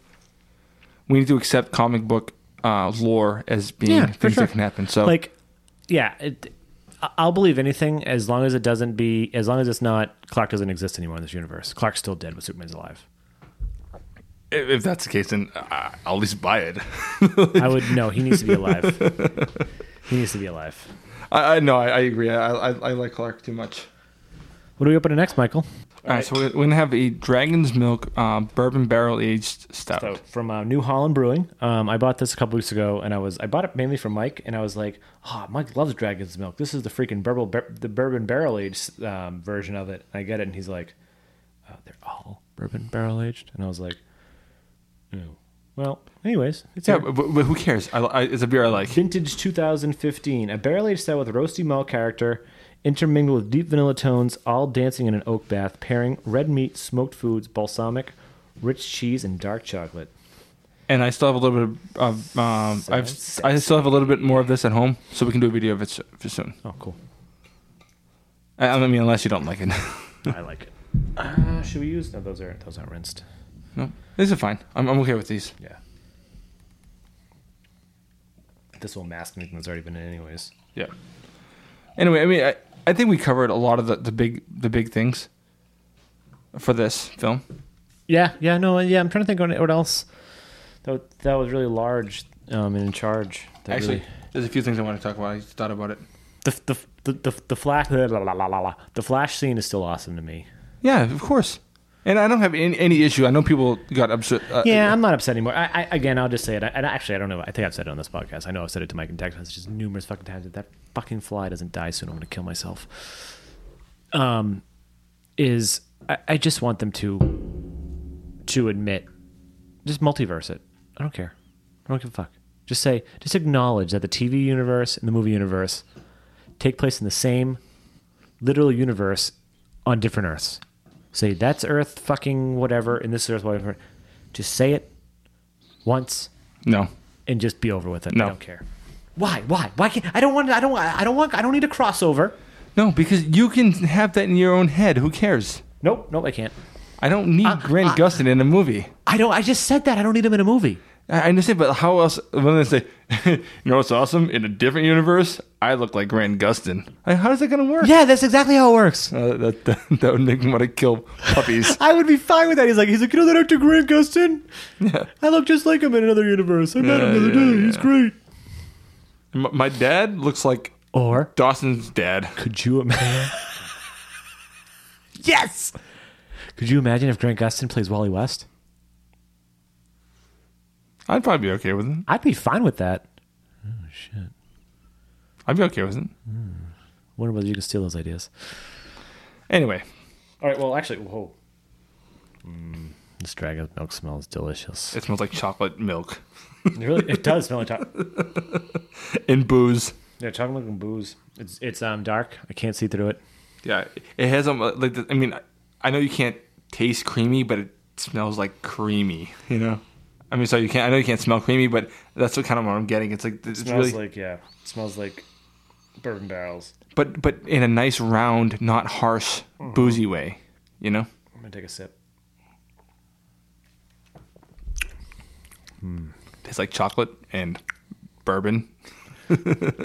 we need to accept comic book uh, lore as being Yeah, for things sure. that can happen. So, Like, yeah, it, I- I'll believe anything as long as it doesn't be as long as it's not Clark doesn't exist anymore in this universe. Clark's still dead, but Superman's alive. i- if that's the case, then uh, I'll at least buy it. (laughs) I would no. He needs to be alive. he needs to be alive. I, I no, I, I agree. I, I, I like Clark too much. What do we open to next, Michael? All right, so we're we're gonna have a Dragon's Milk uh, bourbon barrel aged stout. So from uh, New Holland Brewing. Um, I bought this a couple weeks ago, and I was I bought it mainly for Mike, and I was like, "Oh, Mike loves Dragon's Milk. This is the freaking bourbon, bar- the bourbon barrel aged um, version of it." And I get it, and he's like, oh, "They're all bourbon barrel aged," and I was like, "Ew." "Well, anyways, it's Yeah, here. but, but who cares? I, I, it's a beer I like. Vintage 2015, a barrel aged style with roasty malt character, intermingled with deep vanilla tones, all dancing in an oak bath, pairing red meat, smoked foods, balsamic, rich cheese, and dark chocolate. and I still have a little bit of um, I've I still have a little bit more of this at home, so we can do a video of it s- for soon. Oh, cool. I, I mean, unless you don't like it, (laughs) I like it. Uh, should we use? No, those are those aren't rinsed. no, this is fine. I'm, I'm okay with these. Yeah. This will mask anything that's already been in, anyways. Yeah. Anyway, I mean, I, I think we covered a lot of the, the big the big things for this film. Yeah, yeah, no, yeah. I'm trying to think on what else. That that was really large um, and in charge. That Actually, really- there's a few things I want to talk about. I just thought about it. the the the the, the flash (laughs) la, la, la, la, la, la. the flash scene is still awesome to me. Yeah, of course. And I don't have any, any issue. I know people got upset. Uh, Yeah, I'm not upset anymore. I, I again, I'll just say it. I- And actually, I don't know. I think I've said it on this podcast. I know I've said it to Mike in text messages numerous fucking times. If that fucking fly doesn't die soon, I'm going to kill myself. Um, is I, I just want them to to admit, just multiverse it. I don't care. I don't give a fuck. Just say, just acknowledge that the TV universe and the movie universe take place in the same literal universe on different Earths. Say that's Earth fucking whatever, and this is Earth whatever. Just say it once No. and just be over with it. No. I don't care. Why? Why? Why can't I don't want I don't I don't want I don't need a crossover. No, because you can have that in your own head. Who cares? Nope, nope, I can't. I don't need Grant Gustin in a movie. I don't I just said that. I don't need him in a movie. I I understand, but how else? When they say, (laughs) "You know what's awesome? In a different universe, I look like Grant Gustin." Like, how is that going to work? Yeah, that's exactly how it works. Uh, that, (laughs) that that would make me want to kill (laughs) puppies. I would be fine with that. He's like, he's like, you know that actor Grant Gustin? Yeah. I look just like him in another universe. I met him the other Yeah, yeah, day. He's yeah. great. M- my dad looks like Or Dawson's dad. (laughs) Could you imagine? yes. Could you imagine if Grant Gustin plays Wally West? I'd probably be okay with it. I'd be fine with that. Oh shit! I'd be okay with it. Wonder whether you can steal those ideas. Anyway, All right. Well, actually, whoa. Mm, this dragon's milk smells delicious. it smells like chocolate milk It really, it does smell like chocolate. and booze. Yeah, chocolate milk and booze. It's it's um dark. I can't see through it. Yeah, it has um like the, I mean, I know you can't taste creamy, but it smells like creamy. You know, I mean, so you can't. I know you can't smell creamy, but that's what kind of what I'm getting. It's like it's smells really like yeah. It smells like bourbon barrels. but but in a nice round, not harsh, boozy way. You know, I'm gonna take a sip. tastes like chocolate and bourbon.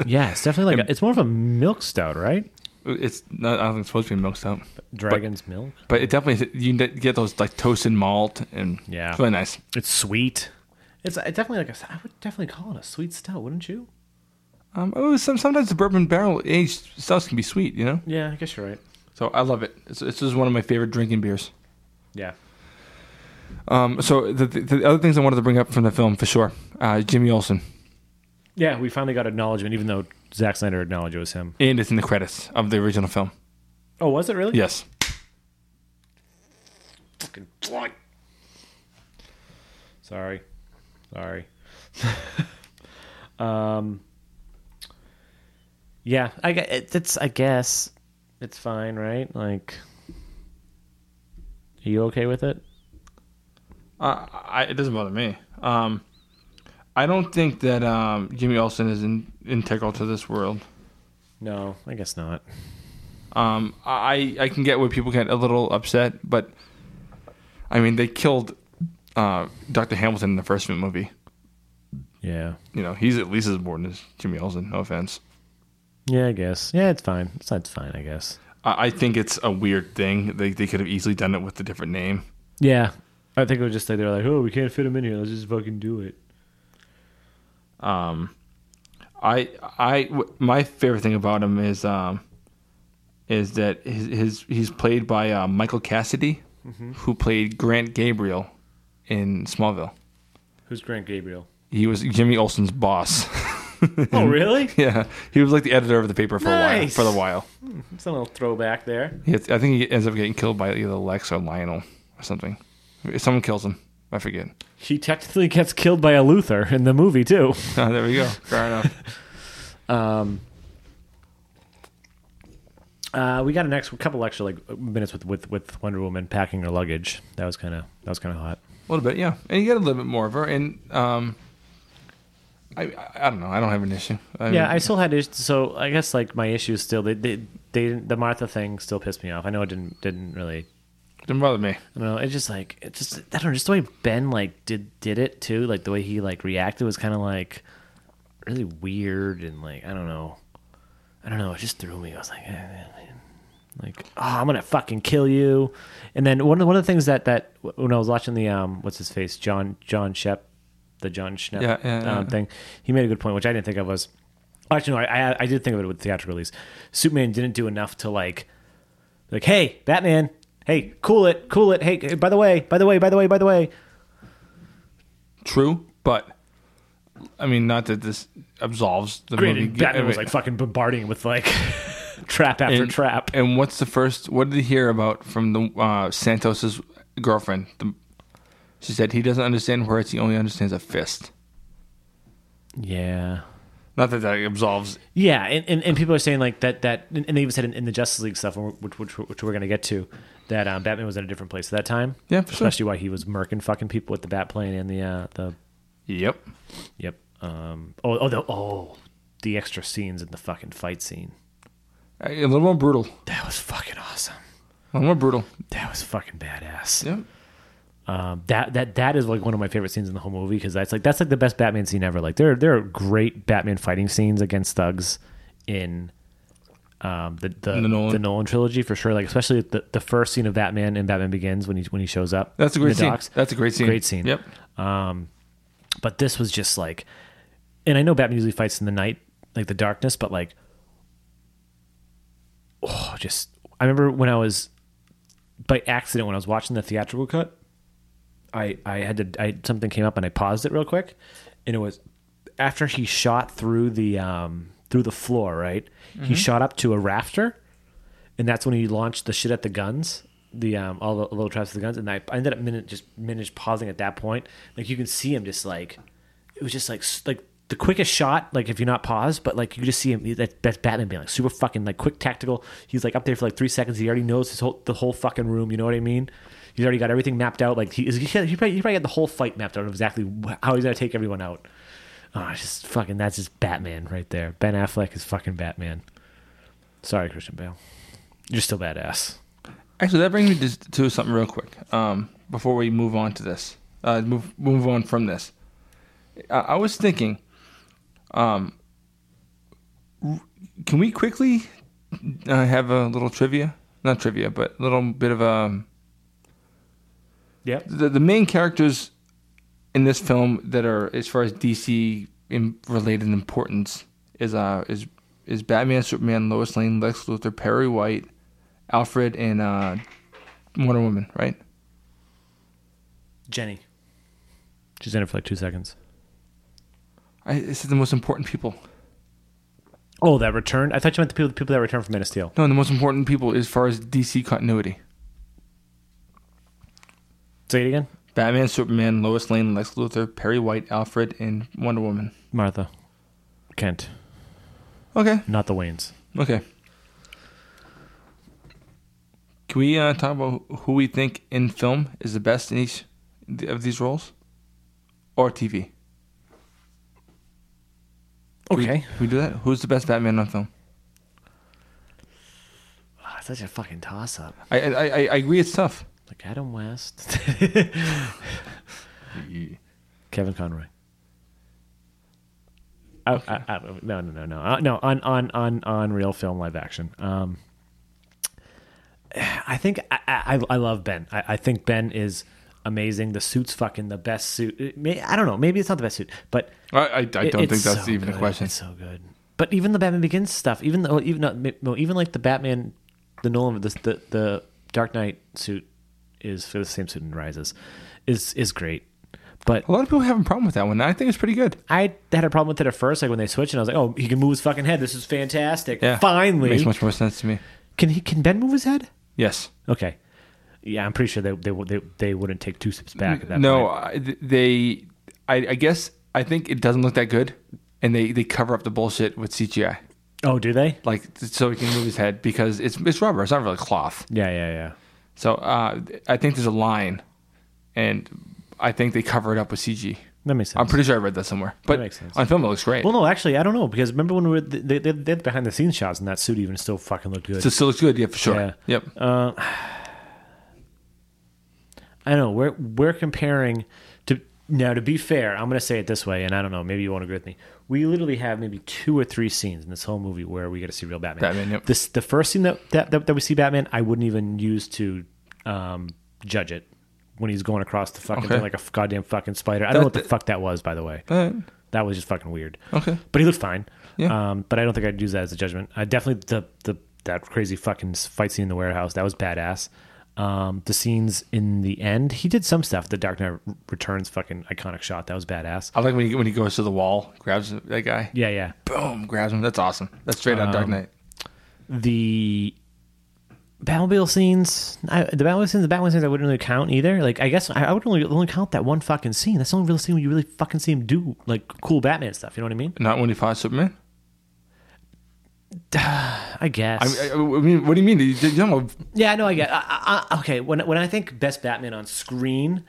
Yeah, it's definitely like a, it's more of a milk stout, right? It's not, I don't think it's supposed to be milk stout, Dragon's milk. but it definitely you n- get those like toasted malt and Yeah. it's really nice. It's sweet. It's uh, definitely like a, I would definitely call it a sweet stout, wouldn't you? Um, oh, some sometimes the bourbon barrel aged stouts can be sweet, you know. Yeah, I guess you're right. So I love it. It's, it's just one of my favorite drinking beers. Yeah. Um, so the, the, the other things I wanted to bring up from the film for sure, uh, Jimmy Olsen, Yeah, we finally got acknowledgement, even though Zack Snyder acknowledged it was him. and it's in the credits of the original film. Oh, was it really? Yes. Fucking twat. Sorry. Sorry. (laughs) um. Yeah, I gue- it, it's I guess it's fine, right? Like, are you okay with it? Uh, I, it doesn't bother me. Um, I don't think that um, Jimmy Olsen is in, integral to this world. No, I guess not. Um, I I can get where people get a little upset, but I mean they killed uh, Doctor Hamilton in the first movie. Yeah. You know he's at least as important as Jimmy Olsen. No offense. Yeah, I guess. Yeah, it's fine. It's not it's fine, I guess. I, I think it's a weird thing. They they could have easily done it with a different name. Yeah. I think it was just like they were like, oh, we can't fit him in here. Let's just fucking do it. Um, I I w- my favorite thing about him is um, is that his, his he's played by uh, Michael Cassidy, Mm-hmm. who played Grant Gabriel in Smallville. Who's Grant Gabriel? He was Jimmy Olsen's boss. (laughs) Oh, really? yeah, he was like the editor of the paper for Nice. a while. For a while, It's a little throwback there. he gets- I think he ends up getting killed by either Lex or Lionel or something. Someone kills him. I forget. (laughs) He technically gets killed by a Luther in the movie, too. Oh, there we go. Fair enough. Um, uh, we got an ex- couple extra like minutes with, with, with Wonder Woman packing her luggage. That was kind of that was kind of hot. A little bit, yeah. And you get a little bit more of her, and um, I, I, I don't know. I don't have an issue. I Yeah, I mean, still had issues. So I guess like my issues still they they, they didn't, the Martha thing still pissed me off. I know it didn't didn't really didn't bother me. I don't know. It's just like it's just I don't know. Just the way Ben like did did it too. Like the way he like reacted was kind of like really weird and like I don't know. I don't know. It just threw me. I was like, eh, man, man. like oh, I'm gonna fucking kill you. And then one of one of the things that that when I was watching the um what's his face John John Shep the John Schnepp Yeah, yeah, yeah. um, thing he made a good point which I didn't think of was actually no I, I I did think of it with theatrical release. Superman didn't do enough to like like hey Batman hey cool it cool it hey by the way by the way by the way by the way True, but I mean, not that this absolves the movie. Granted, Batman I was mean, like fucking bombarding him with like (laughs) trap after and- trap. And what's the first? What did he hear about from the uh, Santos's girlfriend? The, she said he doesn't understand words. He only understands a fist. Yeah. Not that that absolves. Yeah, and, and, and people are saying like that that, and and they even said in, in the Justice League stuff, which which, which we're gonna get to, that um, Batman was in a different place at that time. Yeah, for sure. especially why he was murking fucking people with the bat plane and the uh, the Yep. yep. Um, oh oh the, oh the extra scenes in the fucking fight scene. A little more brutal. A That was fucking awesome. little more brutal. That was fucking badass. Yep. Um, that that that is like one of my favorite scenes in the whole movie because that's like that's like the best Batman scene ever. Like there there are great Batman fighting scenes against thugs in um, the the, The Nolan. trilogy for sure. Like especially the, the first scene of Batman in Batman Begins when he when he shows up. That's a in great the scene. docks. That's a great scene. Great scene. Um, Yep. But this was just like, and I know Batman usually fights in the night, like the darkness, but like, oh, just I remember when I was by accident when I was watching the theatrical cut, I I had to I something came up and I paused it real quick, and it was after he shot through the um through the floor right, Mm-hmm. he shot up to a rafter, and that's when he launched the shit at the guns. The um, all the little traps at the guns, and I, I ended up minute just minute pausing at that point. Like you can see him just like it was just like s- like the quickest shot. Like if you're not paused, but like you just see him that that's Batman being like super fucking like quick tactical. He's like up there for like three seconds. He already knows his whole the whole fucking room. You know what I mean? He's already got everything mapped out. Like he is he, he probably he probably got the whole fight mapped out of exactly wh- how he's gonna take everyone out. Oh, it's just fucking that's just Batman right there. Ben Affleck is fucking Batman. Sorry, Christian Bale. You're still badass. Actually, that brings me to, to something real quick. Um, before we move on to this, uh, move move on from this. I, I was thinking, um, r- can we quickly uh, have a little trivia? Not trivia, but a little bit of a. Yep. The, the main characters in this film that are, as far as DC in related importance, is uh is is Batman, Superman, Lois Lane, Lex Luthor, Perry White, Alfred, and uh, Wonder Woman. Right? Jenny. She's in it for like two seconds. I, this is the most important people. Oh, that returned. I thought you meant the people, the people that returned from Man of Steel. No, the most important people as far as DC continuity. Say it again. Batman, Superman, Lois Lane, Lex Luthor, Perry White, Alfred, and Wonder Woman. Martha. Kent. Okay. Not the Waynes. Okay. Can we uh, talk about who we think in film is the best in each of these roles, or TV? Can we- Okay. can we do that. Who's the best Batman on film? Ah, such a fucking toss up. I I, I, I agree it's tough. Like Adam West. (laughs) Kevin Conroy. I, I, I, no, no, no, no, Uh, no. On on on on real film live action. Um, I think I I, I love Ben. I, I think Ben is amazing. The suit's fucking the best suit. It may- I don't know. Maybe it's not the best suit, but I I, I it- don't think it's that's so even a good. question. It's so good. But even the Batman Begins stuff, even though even not, no, even like the Batman, the Nolan, the, the the Dark Knight suit is for the same suit in Rises, is is great. But A lot of people have a problem with that one. I think it's pretty good. I had a problem with it at first, like when they switched, and I was like, "Oh, he can move his fucking head. This is fantastic! Yeah, Finally, makes much more sense to me. can he? Can Ben move his head? Yes. Okay, yeah, I'm pretty sure they they would- they, they wouldn't take two steps back at that. no, point. I, th- they. I, I guess I think it doesn't look that good, and they, they cover up the bullshit with CGI, oh, do they? like so he can move his head because it's it's rubber. It's not really cloth. Yeah, yeah, yeah. So uh, I think there's a line, and I think they cover it up with CG. That makes sense. I'm pretty sure I read that somewhere, but makes sense. on film it looks great. well, no, actually, I don't know because remember when we were, they, they, they had behind the scenes shots and that suit even still fucking looked good. so it still looks good, yeah, for sure. Yeah. Uh, Yep. I know we're we're comparing to now. To be fair, I'm going to say it this way, and I don't know. Maybe you won't agree with me. We literally have maybe two or three scenes in this whole movie where we get to see real Batman. Batman, yep. This the first scene that that, that that we see Batman. I wouldn't even use to um, judge it when he's going across the fucking Okay. thing like a f- goddamn fucking spider. I don't know what the that- fuck that was, by the way. Alright. That was just fucking weird. Okay. But he looked fine. Yeah. Um, but I don't think I'd use that as a judgment. I definitely the the that crazy fucking fight scene in the warehouse that was badass. Um, the scenes in the end, he did some stuff. The Dark Knight Returns fucking iconic shot that was badass. I like when he when he goes to the wall, grabs that guy, Yeah, Um, yeah. boom, grabs him. That's awesome. That's straight out of Dark Knight. The Batmobile scenes, I, the Batmobile scenes, the Batman scenes, I wouldn't really count either. Like, I guess I, I would only only count that one fucking scene. That's the only real scene where you really fucking see him do like cool Batman stuff. You know what I mean? Not when he fought Superman. I guess. I, I, I mean, what do you mean? You, you know, Yeah, no, I get. I, I, I- okay, when when I think best Batman on screen,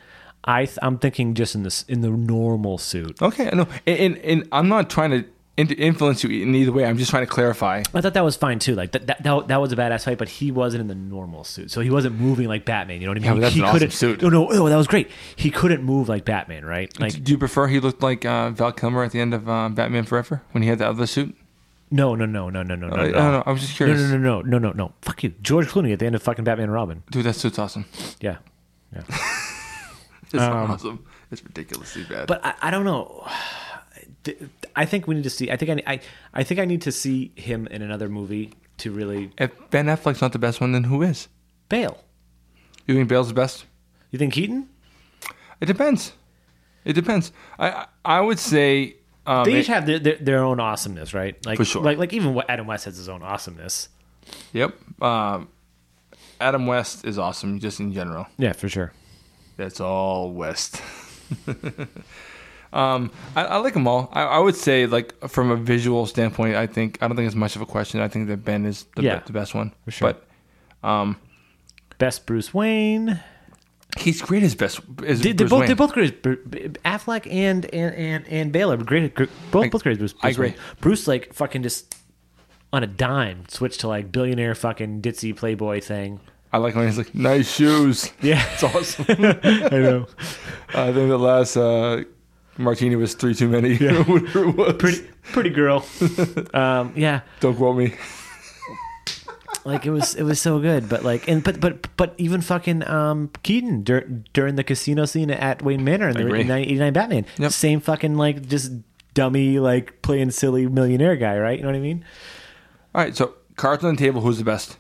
I th- I'm thinking just in this in the normal suit. Okay, no, and, and and I'm not trying to in- influence you in either way. I'm just trying to clarify. I thought that was fine too. Like that that, that that was a badass fight, but he wasn't in the normal suit, so he wasn't moving like Batman. You know what I mean? Yeah, but that's he an awesome couldn't- suit. No, no, oh, that was great. He couldn't move like Batman, right? Like Do you prefer he looked like uh, Val Kilmer at the end of uh, Batman Forever when he had the other suit? no, no, no, no, no, no, no, Uh, I, I no, don't know. I was just no, no, curious, no, no, no, no, no. Fuck you, George Clooney at the end of fucking Batman and Robin. dude. That suit's awesome. Um, Yeah, yeah. It's awesome. It's ridiculously bad. but I, I don't know. (sighs) Th- I think we need to see. I think I, I I think I need to see him in another movie to really if Ben Affleck's not the best one, then who is? bail. You think Bale's the best? You think Keaton? It depends. It depends. I I, I would say um, They it- each have their, their, their own awesomeness, right? Like For sure. Like like even what Adam West has his own awesomeness. Yep. Um, Adam West is awesome, just in general. Yeah, for sure. That's all West. (laughs) um, I, I like them all. I, I would say, like from a visual standpoint, I think I don't think it's much of a question. I think that Ben is the, Yeah. the best one. For sure. Best Bruce Wayne. But he's great as best. As They, are Bruce both Wayne. they're both great. Br- B- Affleck and and and and Bale are great. gr- Both both great. as Bruce, Bruce I agree. Wayne. Bruce like fucking just on a dime switched to like billionaire fucking ditzy playboy (laughs) thing. I like when he's like, "Nice shoes." (laughs) Yeah. (laughs) it's awesome. Uh, I know. I think the last uh, martini was three too many. Yeah. (laughs) Whatever it was. pretty pretty girl. um, yeah. Don't quote me. Like it was, it was so good. But like, and but but but even fucking um, Keaton dur- during the casino scene at Wayne Manor in the agree. in 1989 Batman, Yep. same fucking like just dummy like playing silly millionaire guy, right? You know what I mean? All right, so cards on the table. Who's the best?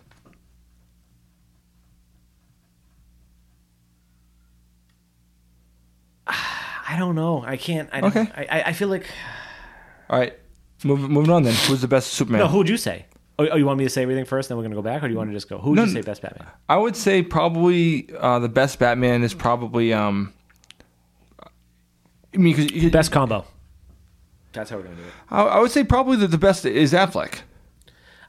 I don't know. I can't. I don't, Okay. I, I- I feel like. All right, move, moving on then. Who's the best Superman? No, who would you say? Oh, oh, you want me to say everything first, then we're gonna go back, or do you want to just go? Who would No, you no. say best Batman? I would say probably uh, the best Batman is probably. Um, I mean, 'cause you could- Best combo. That's how we're gonna do it. I, I would say probably that the best is Affleck.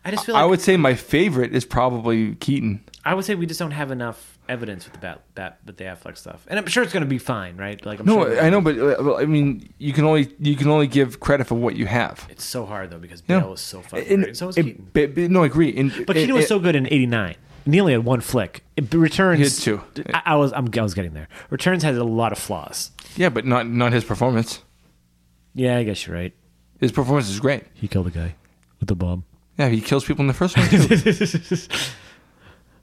I just feel like I would say my favorite is probably Keaton. I would say we just don't have enough evidence with the bat, bat with the Affleck stuff, and I'm sure it's going to be fine, right? Like I'm No, sure I know, but uh, well, I mean, you can only you can only give credit for what you have. it's so hard though because No. Bale was so fucking And- great. So was and- Keaton, but- but- no, I agree. And- but Keaton was and- so good in '89. He only had one flick. It returns He had two. I, I was I'm, I was getting there. Returns has a lot of flaws. yeah, but not not his performance. Yeah, I guess you're right. His performance is great. He killed a guy with the bomb. (laughs) Yeah, he kills people in the first one too.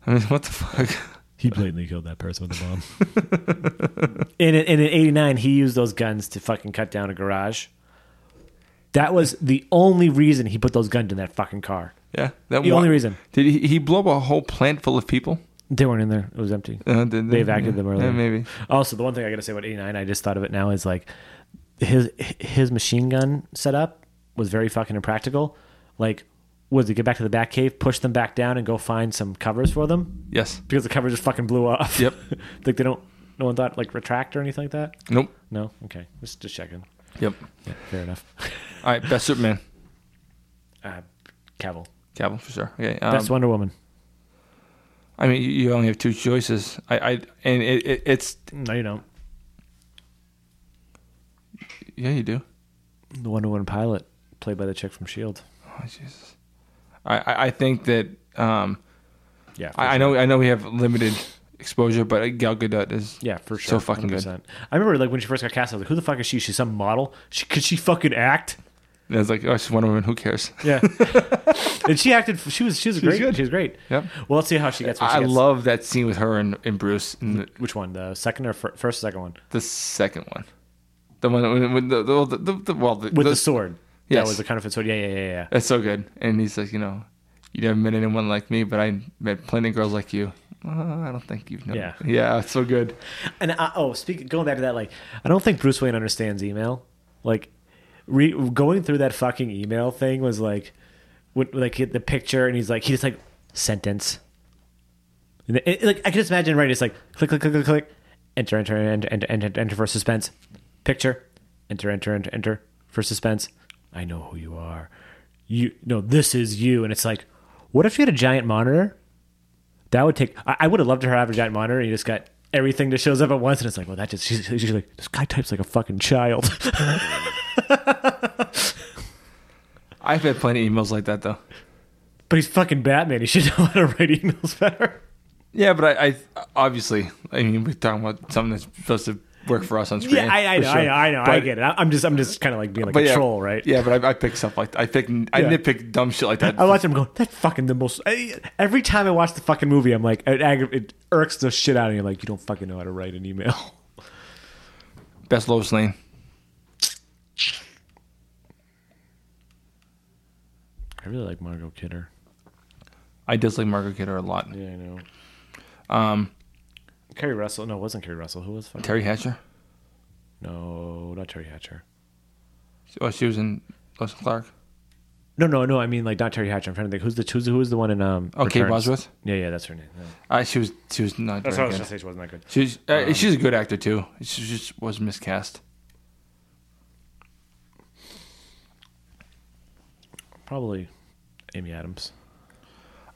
I mean, what the fuck? He blatantly killed that person with a bomb. and, (laughs) in, and in '89, he used those guns to fucking cut down a garage. That was the only reason he put those guns in that fucking car. Yeah, that The only reason. did he, he blow a whole plant full of people? They weren't in there. It was empty. Uh, did- They evacuated them earlier. Yeah, maybe. Also, the one thing I got to say about 89, I just thought of it now, is like his his machine gun setup was very fucking impractical. Like, was to get back to the back cave, push them back down, and go find some covers for them Yes. because the covers just fucking blew off. Yep. (laughs) like they don't. No one thought like retract or anything like that. Nope. No. Okay. Just just checking. Yep. Yeah. Fair enough. All right, best Superman. Uh, Cavill. Cavill for sure. Okay. Um, Best Wonder Woman. I mean, you- you only have two choices. I, I and it, it, it's No, you don't. yeah, you do. The Wonder Woman pilot, played by the chick from Shield. Oh, Jesus. I, I, I think that um, Yeah. for I, I know I know we have limited exposure, but uh, Gal Gadot is Yeah, for sure. so fucking good. 100%. I remember like when she first got cast, I was like, "Who the fuck is she? She's some model. She could she fucking act? And it's like oh, she's Wonder Woman. Who cares? (laughs) Yeah." (laughs) and she acted. She was she was great. good. She was great. Yep. Well, let's see how she gets. When she I gets- love that scene with her and, and Bruce in the, which one? The second or fir- first? Second one the second one, the one when, when the, the, the, the well the, with the, the- sword. Yes. That was the counterfeit sword. Yeah, yeah, yeah, yeah. that's so good. And he's like, you know, you never met anyone like me, but I met plenty of girls like you. Uh, I don't think you've known. Yeah. yeah, it's so good. And I, oh, speak going back to that, like I don't think Bruce Wayne understands email. Like re, going through that fucking email thing was like, when, like he had the picture, and he's like, he just like sentence. And it- like I can just imagine, right? It's like click, click, click, click, click, enter, enter, enter, enter, enter, enter for suspense. Picture, enter, enter, enter, enter for suspense. I know who you are. You no, this is you, and it's like, what if you had a giant monitor? That would take. I, I would have loved to have a giant monitor, and you just got everything that shows up at once, and it's like, well, that just. She's, she's like, this guy types like a fucking child. (laughs) I've had plenty of emails like that though. but he's fucking Batman. He should (laughs) know how to write emails better. Yeah, but I, I obviously, I mean, we're talking about something that's supposed to work for us on screen. Yeah, I, I, for know, sure. I know, I know, I But- get it. I- I'm just, I'm just kind of like being like but a yeah, troll, right? Yeah, but I, I pick stuff like I pick, I Yeah. nitpick dumb shit like that. I watch him going. That's fucking the most. I, every time I watch the fucking movie, I'm like, it, aggra- it irks the shit out of me. Like, you don't fucking know how to write an email. (laughs) Best Lois Lane. I really like Margot Kidder. I dislike Margot Kidder a lot. Yeah, I know. Um, Carrie Russell. No, it wasn't Carrie Russell. Who was fucking? Terry Hatcher. no, not Terry Hatcher. Oh, she was in Lois and Clark. No, no, no. I mean, like not Terry Hatcher. I'm trying to think. Who's the who's, who was the one in um? Oh, Kate Returns? Bosworth? Yeah, yeah, that's her name. Yeah. Uh, she was. She was not. That's what I was Um, very good. gonna say. She wasn't that good. She's. Uh, she's a good actor too. She just was miscast. Probably Amy Adams.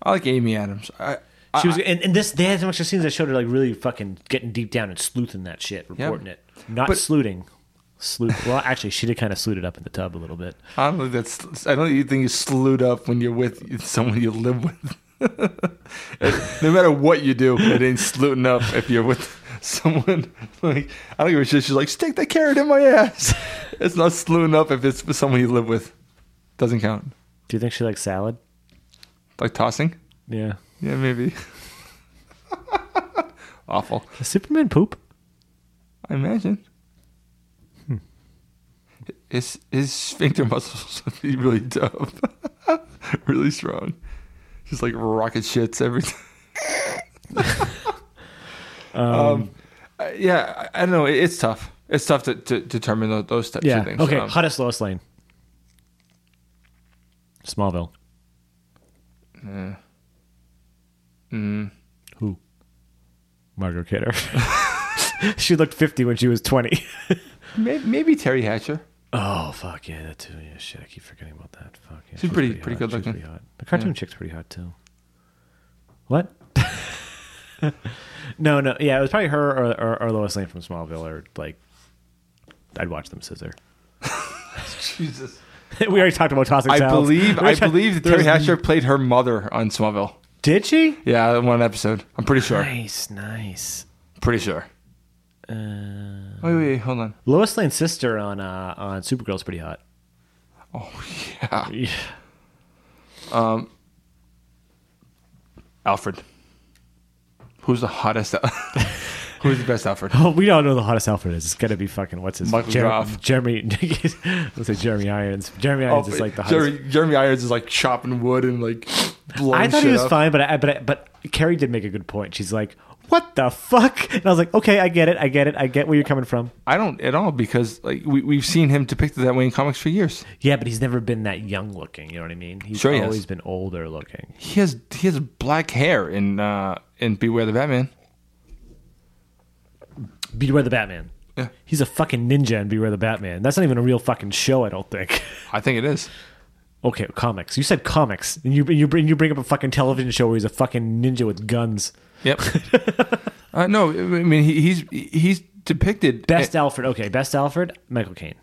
I like Amy Adams. I, She was, and, and this they had some extra scenes that showed her like really fucking getting deep down and sleuthing that shit, reporting it, not But- sleuting. Sleuth. Well, actually, she did kind of sleut it up in the tub a little bit. I don't think that's. I don't even think you slewed up when you're with someone you live with. (laughs) no matter what you do, it ain't slewing up if you're with someone. (laughs) Like I don't give a shit. She's like, stick that carrot in my ass. (laughs) It's not slewing up if it's with someone you live with. Doesn't count. Do you think she likes salad? Like tossing. Yeah. Yeah, maybe. (laughs) Awful. Does Superman poop? I imagine. Hmm. His his sphincter muscles (laughs) would be really tough, (laughs) really strong. Just like rocket shits every time. um, Hmm. I- yeah, I, I don't know. It, it's tough. It's tough to, to determine tho- those types Yeah. of things. Okay. Um, Hottest Lois Lane. Smallville. Eh. Mm. Who? Margot Kidder. (laughs) she looked 50 when she was 20. may- maybe Terry Hatcher. (laughs) oh, fuck yeah. That too. Yeah, shit. I keep forgetting about that. Fuck yeah. She's pretty- pretty hot. good She's looking. pretty hot. The cartoon chick's pretty hot too. What? (laughs) no, no. Yeah, it was probably her or, or, or Lois Lane from Smallville or like, I'd watch them scissor. Jesus. (laughs) we already talked about tossing I salads. believe We I already talked- believe that there Terry was- Hatcher played her mother on Smallville. Did she? Yeah, in one episode. I'm pretty sure. Nice, nice. Pretty sure. Uh, Wait, wait, hold on. Lois Lane's sister on uh, on Supergirl's pretty hot. (laughs) Oh (laughs) yeah. Yeah. Um, Alfred. Who's the hottest? (laughs) Who's the best Alfred? Oh, we all know the hottest Alfred is. It's gotta be fucking what's his Michael Groff. Jeremy. (laughs) let's say Jeremy Irons. Jeremy Irons Oh, is like the hottest. Jeremy, Jeremy Irons is like chopping wood and like blowing I thought shit he was up. fine, but I, but I, but Carrie did make a good point. She's like, "What the fuck?" (laughs) And I was like, "Okay, I get it. I get it. I get where you're coming from." I don't at all because like we we've seen him depicted that way in comics for years. Yeah, but he's never been that young looking. You know what I mean? He's Sure he has. always been older looking. He has he has black hair in uh in Beware the Batman. Beware the Batman. Yeah. He's a fucking ninja in Beware the Batman. That's not even a real fucking show, I don't think. (laughs) I think it is. Okay, comics. You said comics, and you you bring you bring up a fucking television show where he's a fucking ninja with guns. (laughs) Yep. uh, no, I mean he, he's he's depicted. Best Alfred. Okay, best Alfred. Michael Caine.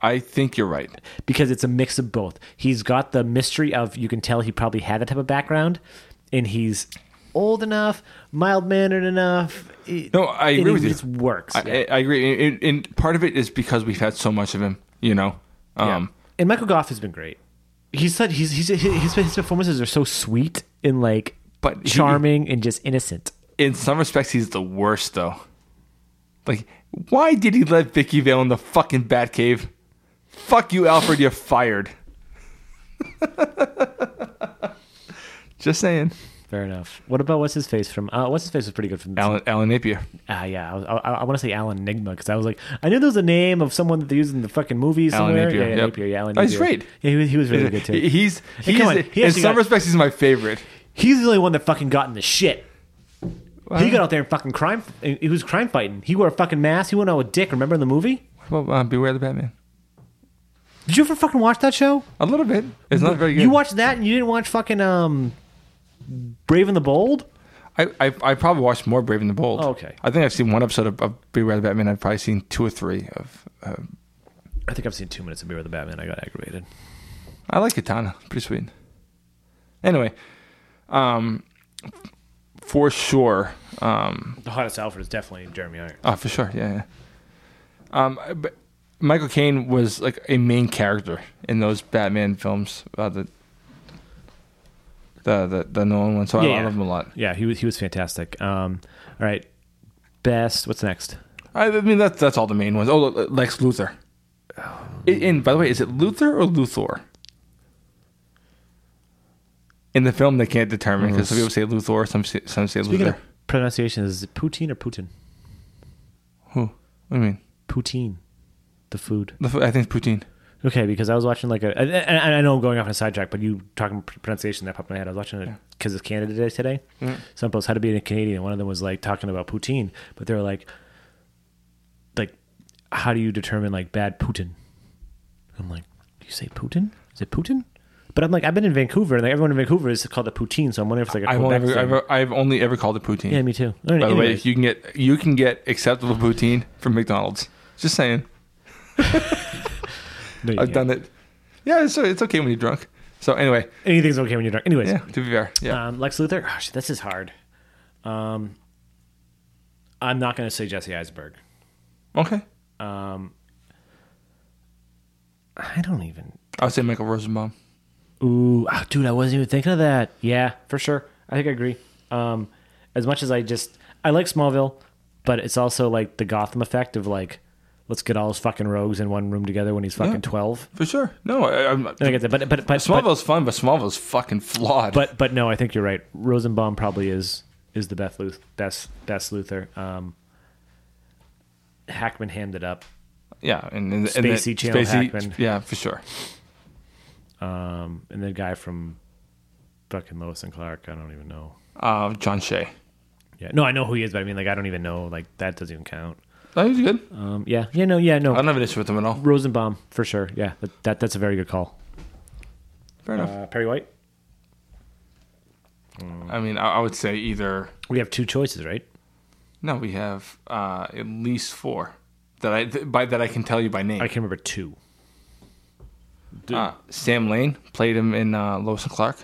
I think you're right. because it's a mix of both. He's got the mystery of you can tell he probably had that type of background, and he's old enough, mild mannered enough. It- No, I and agree with it, you. It works. I, yeah. I, I agree, and, and part of it is because we've had so much of him. You know. Yeah. Um, and Michael Goff has been great. He's said he's, he's his his performances are so sweet and like But he- charming and just innocent. in some respects, he's the worst though. Like, why did he let Vicky Vale in the fucking Batcave? Fuck you, Alfred. You're fired. (laughs) Just saying. Fair enough. What about what's his face from? Uh, what's his face was pretty good from. Alan Alan Napier. Ah, yeah, I, was- I, want to say Alan Nigma because I was like, I knew there was a name of someone that they used in the fucking movie Alan somewhere. Napier, Yeah, yeah, yep. Napier, yeah, Alan Oh, he's Napier. great. Yeah, he was, he was really good too. (laughs) He- He's he's on, he in actually some got- respects he's my favorite. He's the only one that fucking got in the shit. He got out there and fucking crime. He was crime fighting. He wore a fucking mask. He went out with Dick. Remember in the movie? Well, uh, Beware the Batman. Did you ever fucking watch that show? A little bit. It's not very good. You watched that and you didn't watch fucking um, Brave and the Bold. I, I I probably watched more Brave and the Bold. Oh, okay. I think I've seen one episode of, of Beware the Batman. I've probably seen two or three of. Uh, I think I've seen two minutes of Beware the Batman. I got aggravated. I like Katana. Pretty sweet. Anyway, um, for sure. Um, The hottest Alfred is definitely Jeremy Irons. oh, for sure. Yeah. yeah. Um, I- but Michael Caine was like a main character in those Batman films. Uh, the the the, the Nolan one. So I, I Yeah. love him a lot. Yeah, he was he was fantastic. Um, all right, best. What's next? I I mean, that's that's all the main ones. Oh, Le- Lex Luthor. And- and by the way, is it Luthor or Luthor? In the film, they can't determine because some people say Luthor, some say, some say Mm-hmm. Speaking Luthor. of pronunciation, is it poutine or Putin? Who? What do you mean? Poutine, the food. The, f- I think it's poutine. Okay, because I was watching like a, and, and I know I'm going off on a sidetrack, but you talking pr- pronunciation that popped in my head. I was watching it because it's Canada Day today. Some posts how to be a Canadian. One of them was like talking about poutine, but they were like, like, how do you determine like bad Putin? I'm like, do you say Putin? Is it Putin? But I'm like, I've been in Vancouver, and like, everyone in Vancouver is called a poutine, so I'm wondering if it's like a I've Quebec only, ever, thing. I've, I've only ever called it poutine. yeah, me too. By the way, Anyways, you can get you can get acceptable poutine from McDonald's. Just saying, no, you can't. I've done it. Yeah, so it's okay when you're drunk. So anyway, Anything's okay when you're drunk. Anyways, yeah, to be fair, yeah. Um, Lex Luthor. Gosh, this is hard. Um, I'm not going to say Jesse Eisenberg. Ah. okay, I don't even. I would say Michael Rosenbaum. Ooh, ah, dude, I wasn't even thinking of that. Yeah, for sure. I think I agree. Um, as much as I just I like Smallville, but it's also like the Gotham effect of like let's get all his fucking rogues in one room together when he's fucking Yeah. twelve. for sure. No, I, I'm. I get that, but but but but, Smallville's fun, but Smallville's fucking flawed. but but no, I think you're right. Rosenbaum probably is is the best Luth, best best Luther. Um, Hackman hammed it up. yeah, and, and, and Spacey that- Channel Hackman. Yeah, for sure. Um, and the guy from fucking Lois and Clark, I don't even know. Uh, John Shea. Yeah, no, I know who he is, but I mean, like, I don't even know. Like, that doesn't even count. That was Oh, good. Um, yeah, yeah, no, yeah, I no. don't have an issue with him at all. Rosenbaum for sure. Yeah, that, that that's a very good call. Fair enough. Uh, Perry White. Uh, I mean, I, I would say either. We have two choices, right? No, we have uh, at least four that I th- by that I can tell you by name. I can remember two. Uh, Sam Lane played him in uh, Lois and Clark,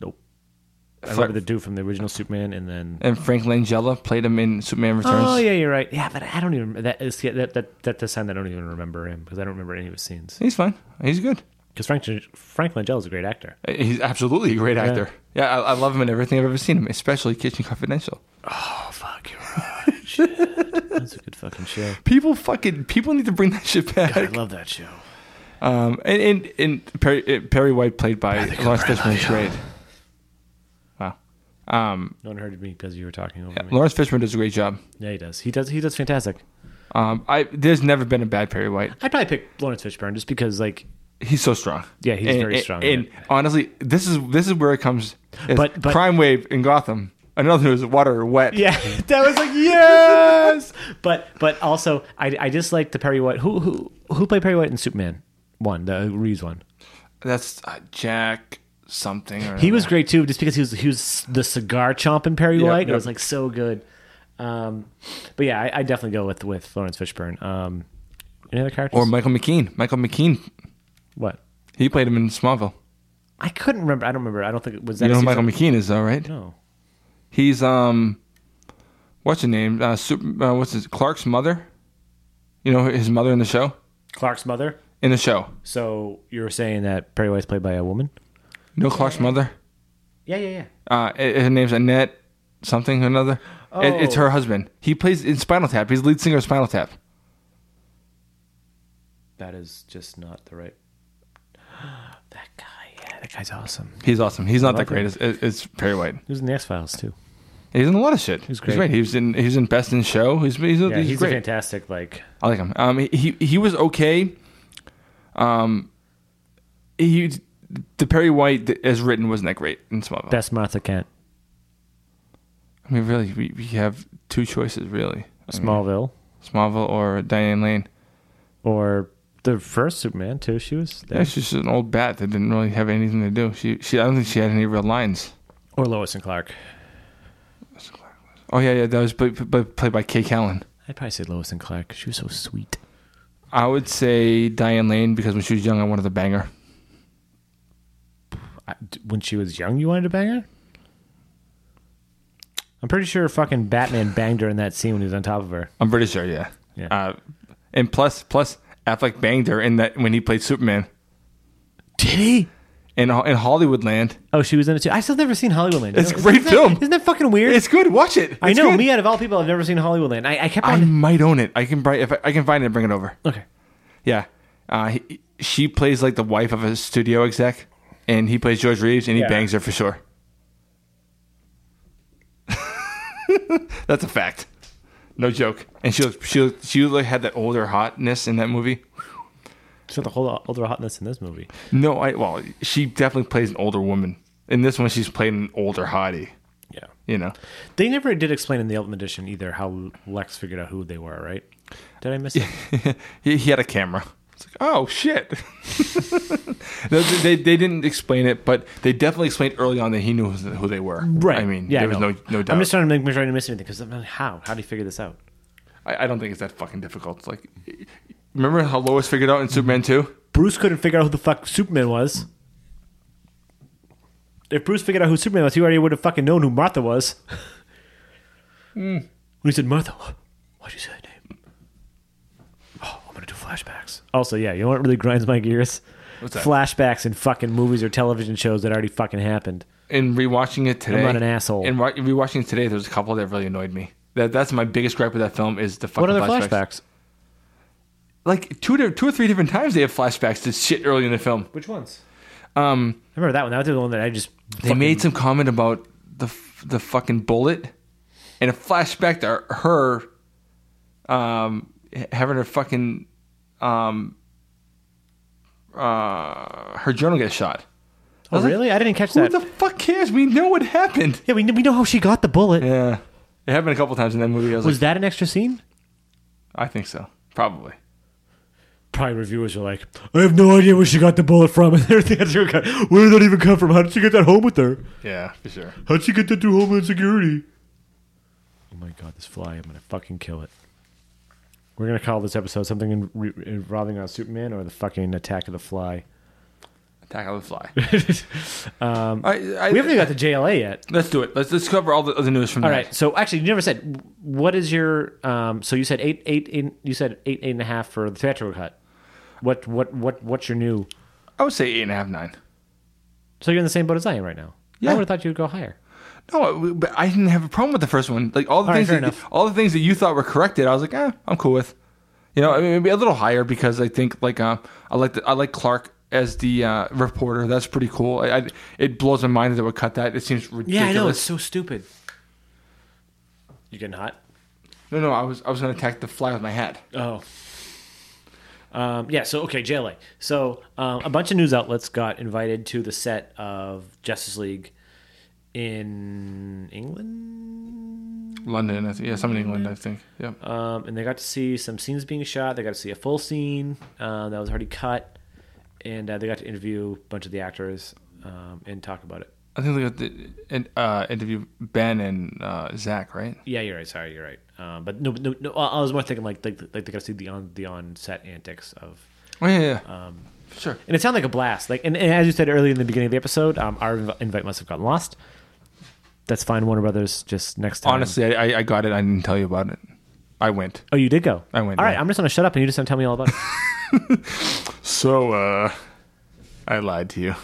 Nope. I Fla- remember the dude from the original Superman, and then. and Frank Langella played him in Superman Returns. Oh yeah, you're right. Yeah, but I don't even that is yeah, that that that this time I don't even remember him because I don't remember any of his scenes. He's fine. He's good. Because Frank Frank Langella is a great actor. He's absolutely a great actor. Yeah, I, I love him in everything I've ever seen him, especially Kitchen Confidential. Oh fuck, you're right. Shit. (laughs) That's a good fucking show. People fucking people need to bring that shit back. I love that show. Um, and and, and Perry, uh, Perry White played by Lawrence Fishburne is great. Wow. Um, No one heard me because you were talking over yeah, me. Lawrence Fishburne does a great job. Yeah, he does. He does. He does fantastic. Um, I there's never been a bad Perry White. I'd probably pick Lawrence Fishburne just because, (laughs) like, He's so strong. Yeah, he's And- very and- strong in And it. honestly, this is this is where it comes. is But- but- crime wave in Gotham. Another is water wet. yeah, (laughs) that was like yes. but but also, I I just like the Perry White. Who who who played Perry White in Superman one, the Reeves one. That's uh, Jack something. Or He was great too, just because he was he was the cigar chomping Perry Oh, Yep, White. It yep. was like so good. Um, but yeah, I, I definitely go with with Lawrence Fishburne. Um, any other characters? or Michael McKean. Michael McKean. what? He played him in Smallville. I couldn't remember. I don't remember. I don't think it was that. You know a who Michael season- McKean is though, right? No. He's um, what's his name? Uh, Super, uh, what's his Clark's mother? You know his mother in the show. Clark's mother. In the show, So you were saying that Perry White's played by a woman? you know Clark's mother. Yeah, yeah, yeah. Uh, i- her name's Annette something or another. It, it's Oh. her husband. He plays in Spinal Tap. He's the lead singer of Spinal Tap. That is just not the right. (gasps) That guy, yeah, that guy's awesome. He's awesome. He's not I that love great. It's, it's Perry White. He was in the X Files too. He's in a lot of shit. He's great. He was in. He was in Best in Show. He's he's, Yeah, he's he's, a great. fantastic like. I like him. Um, he he was okay. Um, he the Perry White that- as written wasn't that great in Smallville. Best Martha Kent, I mean, really, we, we have two choices really: Mm-hmm. Smallville, Smallville or Diane Lane. or the first Superman too. She was there. Yeah, she's just an old bat that didn't really have anything to do. She she I don't think she had any real lines. Or Lois and Clark. Oh yeah, yeah, that was play, play, played by Kay Callan. I'd probably say Lois and Clark. She was so sweet. I would say Diane Lane because when she was young, I wanted to bang her. I, d- when she was young, you wanted to bang her. I'm pretty sure fucking Batman banged her in that scene when he was on top of her. I'm pretty sure, yeah. Yeah. Uh, and plus, plus Affleck banged her in that when he played Superman Did he? in Ho- in Hollywoodland. Oh, she was in it too. I still never seen Hollywoodland. It's a Isn't great that- film. Isn't that fucking weird? It's good. Watch it. I It's know. good. Me out of all people, I've never seen Hollywoodland. I, I kept I on. might own it. I can bri- if I, I can find it, and bring it over. Okay. Yeah. Uh, he, she plays like the wife of a studio exec, and he plays George Reeves, and he Yeah. bangs her for sure. (laughs) That's a fact, no joke. And she looked, she looked, she like had that older hotness in that movie. So the whole older hotness in this movie. No, I well, she definitely plays an older woman. In this one, she's playing an older hottie. Yeah. You know, They never did explain in the Ultimate Edition either how Lex figured out who they were, right? Did I miss it? (laughs) he, he had a camera. It's like, oh shit. (laughs) No, they, they didn't explain it, but they definitely explained early on that he knew who they were. I mean, I there was know. no no doubt. I'm just trying to make make sure I didn't miss anything because I'm like, how? How do you figure this out? I, I don't think it's that fucking difficult. It's Like, remember how Lois figured out in Mm-hmm. Superman Two? Bruce couldn't figure out who the fuck Superman was. If Bruce figured out who Superman was, he already would have fucking known who Martha (laughs) was. Hmm. When he said Martha, "Wha- why'd you say that name? Oh, I'm gonna do flashbacks. Also, yeah, you know what really grinds my gears? What's that? Flashbacks in fucking movies or television shows that already fucking happened. in rewatching it today, not an asshole. And re- rewatching it today, there's a couple that really annoyed me. That that's my biggest gripe with that film is the What fucking are the flashbacks. flashbacks? Like two to two or three different times they have flashbacks to shit early in the film. Which ones? Um, I remember that one. That was the one that I just. they made some comment about the f- the fucking bullet and a flashback to her um, h- having her fucking um, uh, her journal get shot. I Oh, was like, really? I didn't catch Who that. the fuck cares? We know what happened. yeah, we, kn- we know how she got the bullet. Yeah, it happened a couple times in that movie. I was, Was like, that an extra scene? I think so, probably. Probably reviewers are like, I have no idea where she got the bullet from. (laughs) And they're like, where did that even come from? How did she get that home with her? Yeah, for sure. How'd she get that through Homeland Security? Oh my god, this fly. I'm gonna fucking kill it. We're gonna call this episode something in- re- involving on Superman or the fucking attack of the fly. Attack of the Fly. (laughs) um, I, I, we haven't even got the JLA yet. let's do it. Let's let's cover all the other news from All that. right. So actually, you never said what is your. Um, so you said eight, eight, eight. You said eight, eight and a half for the theatrical cut. What, what, what, what's your new? I would say eight and a half, nine. So you're in the same boat as I am right now. Yeah. I would have thought you would go higher. No, but I didn't have a problem with the first one. Like all the All right, things, fair that, enough. all the things that you thought were corrected, I was like, eh, I'm cool with. You know, I mean, maybe a little higher because I think like um, I like the, I like Clark as the uh, reporter. That's pretty cool. I, I, it blows my mind that they would cut that. It seems ridiculous. so stupid. You getting hot? no, no, I was I was gonna attack the fly with my hat. Oh. Um, yeah, so okay, JLA. So um, a bunch of news outlets got invited to the set of Justice League in England, London, I think. yeah, some in Mm-hmm. England, I think. Yeah, um, and they got to see some scenes being shot. They got to see a full scene uh, that was already cut, and uh, they got to interview a bunch of the actors um, and talk about it. I think they got the in- uh, interview Ben and uh, Zach, right? Yeah, you're right. Sorry, you're right. Um, but no, no, no. I I was more thinking like like, like they got to see the on the on set antics of Oh yeah, yeah, yeah. Um, sure. and it sounded like a blast. Like, and, and as you said earlier in the beginning of the episode, um, our inv- invite must have gotten lost. That's fine, Warner Brothers. Just next time. Honestly, I, I- I got it. I didn't tell you about it. I went. oh, you did go. I went, All right, yeah. I'm just gonna shut up, and you just gonna tell me all about (laughs) it. So, uh, I lied to you.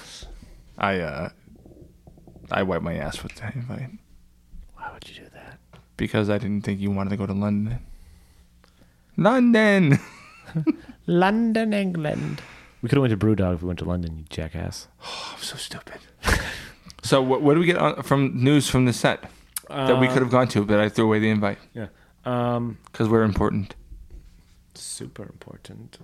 I, uh, I wiped my ass with that invite Why would you do that? because I didn't think you wanted to go to London. (laughs) London! London, England. We could have went to Brewdog if we went to London, you jackass. I'm so stupid. so, what, what do we get on, from news from the set that Uh, we could have gone to, but I threw away the invite Yeah. Um, because we're important? super important.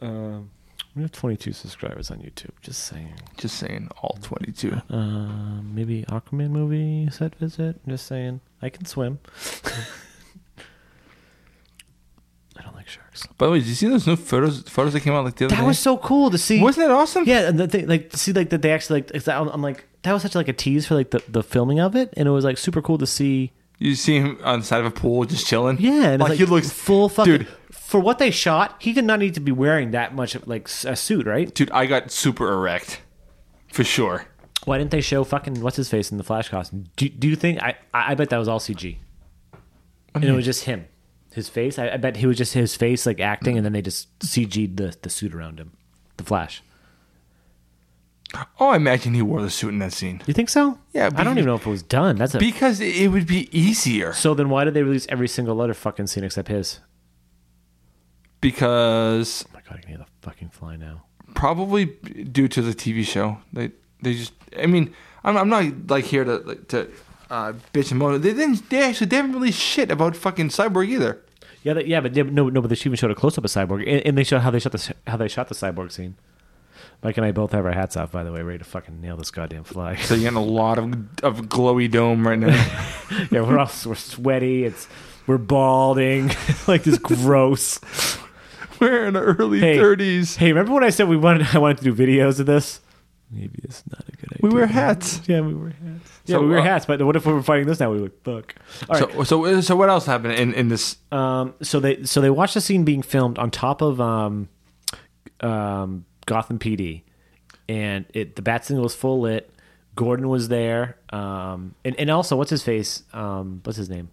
Um, we have 22 subscribers on YouTube. Just saying. Just saying, all 22. Um, maybe Aquaman movie set visit. Just saying, I can swim. (laughs) I don't like sharks. By the way, did you see those new photos photos that came out like the other That day? was so cool to see. Wasn't that awesome? yeah, and the thing, like to see like that they actually like. it's- I'm, I'm like that was such like a tease for like the, the filming of it, and it was like super cool to see. You see him on the side of a pool just chilling? Yeah, and it's, like, he looks full fucking. dude. For what they shot, he did not need to be wearing that much of, like s- a suit, right? Dude, I got super erect. For sure. Why didn't they show fucking what's his face in the Flash costume? Do, do you think I, I I bet that was all CG, and it was just him, his face. I, I bet he was just his face like acting, and then they just CG'd the the suit around him, the Flash. Oh, I imagine he wore the suit in that scene. You think so? Yeah, I don't be- even know if it was done. That's a, Because it it would be easier. so. Then why did they release every single other fucking scene except his? Because Oh my god, I can hear the fucking fly now. probably due to the TV show, they they just. I mean, I'm, I'm not like here to like, to uh, bitch and moan. They didn't. They actually they haven't really shit about fucking Cyborg either. Yeah, that, yeah, but they- no, no, but they even showed a close up of Cyborg, and, and they showed how they shot the s- how they shot the Cyborg scene. Mike and I both have our hats off, by the way, ready to fucking nail this goddamn fly. So you're getting a lot of of glowy dome right now. yeah, we're all we're sweaty. It's we're balding, (laughs) like this gross. (laughs) We're in the early Hey. 30s. Hey, remember when I said we wanted (laughs) I wanted to do videos of this? Maybe it's not a good idea. We wear hats. Yeah, we wear hats. Yeah, So, we wear uh, hats. But what if we were fighting this now? We would fuck. All right. So so so what else happened in in this? So, um, so they so they watched the scene being filmed on top of um, um, Gotham PD, and it the bat signal was full lit. Gordon was there, um, and and also what's his face? Um, what's his name?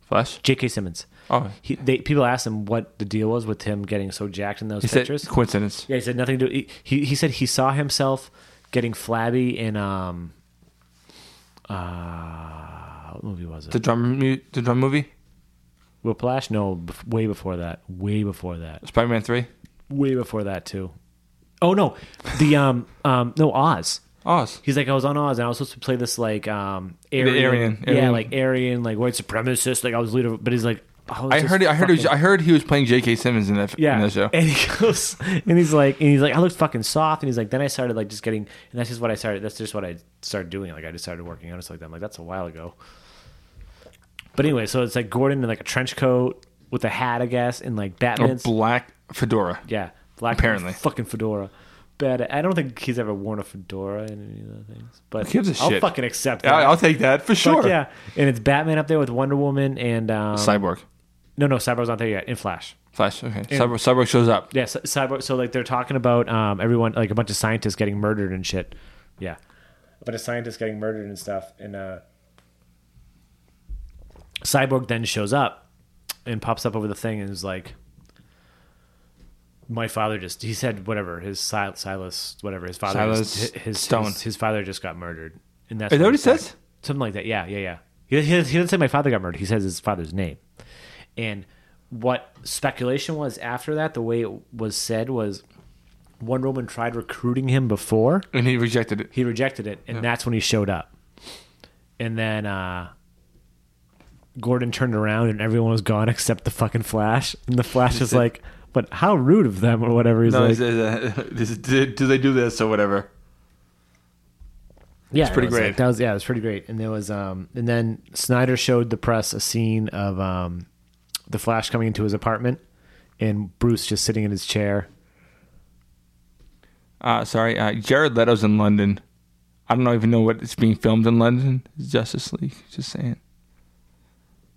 Flash. J.K. Simmons. Oh. he, they, people asked him what the deal was with him getting so jacked in those He said pictures. coincidence. yeah, he said nothing to do. He, he he said he saw himself getting flabby in um Uh, what movie was it? The drum, mu- the drum movie, Whiplash? No, bef- way before that. Way before that. Spider-Man Three. Way before that too. Oh no, the um um no Oz. Oz. He's like I was on Oz and I was supposed to play this like um Aryan, Aryan, yeah Aryan. like Aryan like white supremacist like I was leader of- but he's like oh, I this heard. is It, I heard. It was, fucking- I heard he was playing J.K. Simmons in that, yeah in that show. and he goes and he's like and he's like I looked fucking soft and he's like then I started like just getting and that's just what I started that's just what I started doing like I just started working out it's like that I'm like that's a while ago but anyway so it's like Gordon in like a trench coat with a hat I guess and like Or Batman's black fedora. Yeah, black Apparently. fucking fedora. But I don't think he's ever worn a fedora in any of the things. But Who gives a I'll shit? fucking accept that. I, I'll take that for Fuck sure. yeah. And it's Batman up there with Wonder Woman and um, Cyborg, no, no, Cyborg's not there yet. In Flash, Flash. Okay. Cyborg, Cyborg shows up. yeah, Cy- Cyborg. So like they're talking about um, everyone, like a bunch of scientists getting murdered and shit. Yeah, a bunch of scientists getting murdered and stuff. And uh, Cyborg then shows up and pops up over the thing and is like, my father just he said whatever his Sil- Silas whatever his father Silas just, hi- his, Stone. his his father just got murdered and that's Is that what he said. says? something like that yeah yeah yeah he, he, he doesn't say my father got murdered he says his father's name and what speculation was after that the way it was said was one woman tried recruiting him before And he rejected it. he rejected it and that's when he showed up and then uh gordon turned around and everyone was gone (laughs) except the fucking flash and the flash is like but how rude of them or whatever he's No, like is- is, uh, (laughs) is- did- do they do this or whatever? yeah it's pretty great. that was yeah it was pretty great and there was um and then snyder showed the press a scene of um the flash coming into his apartment and bruce just sitting in his chair Uh, sorry, uh, Jared Leto's in London. I don't know- even know what it's being filmed in London. It's Justice League. Just saying.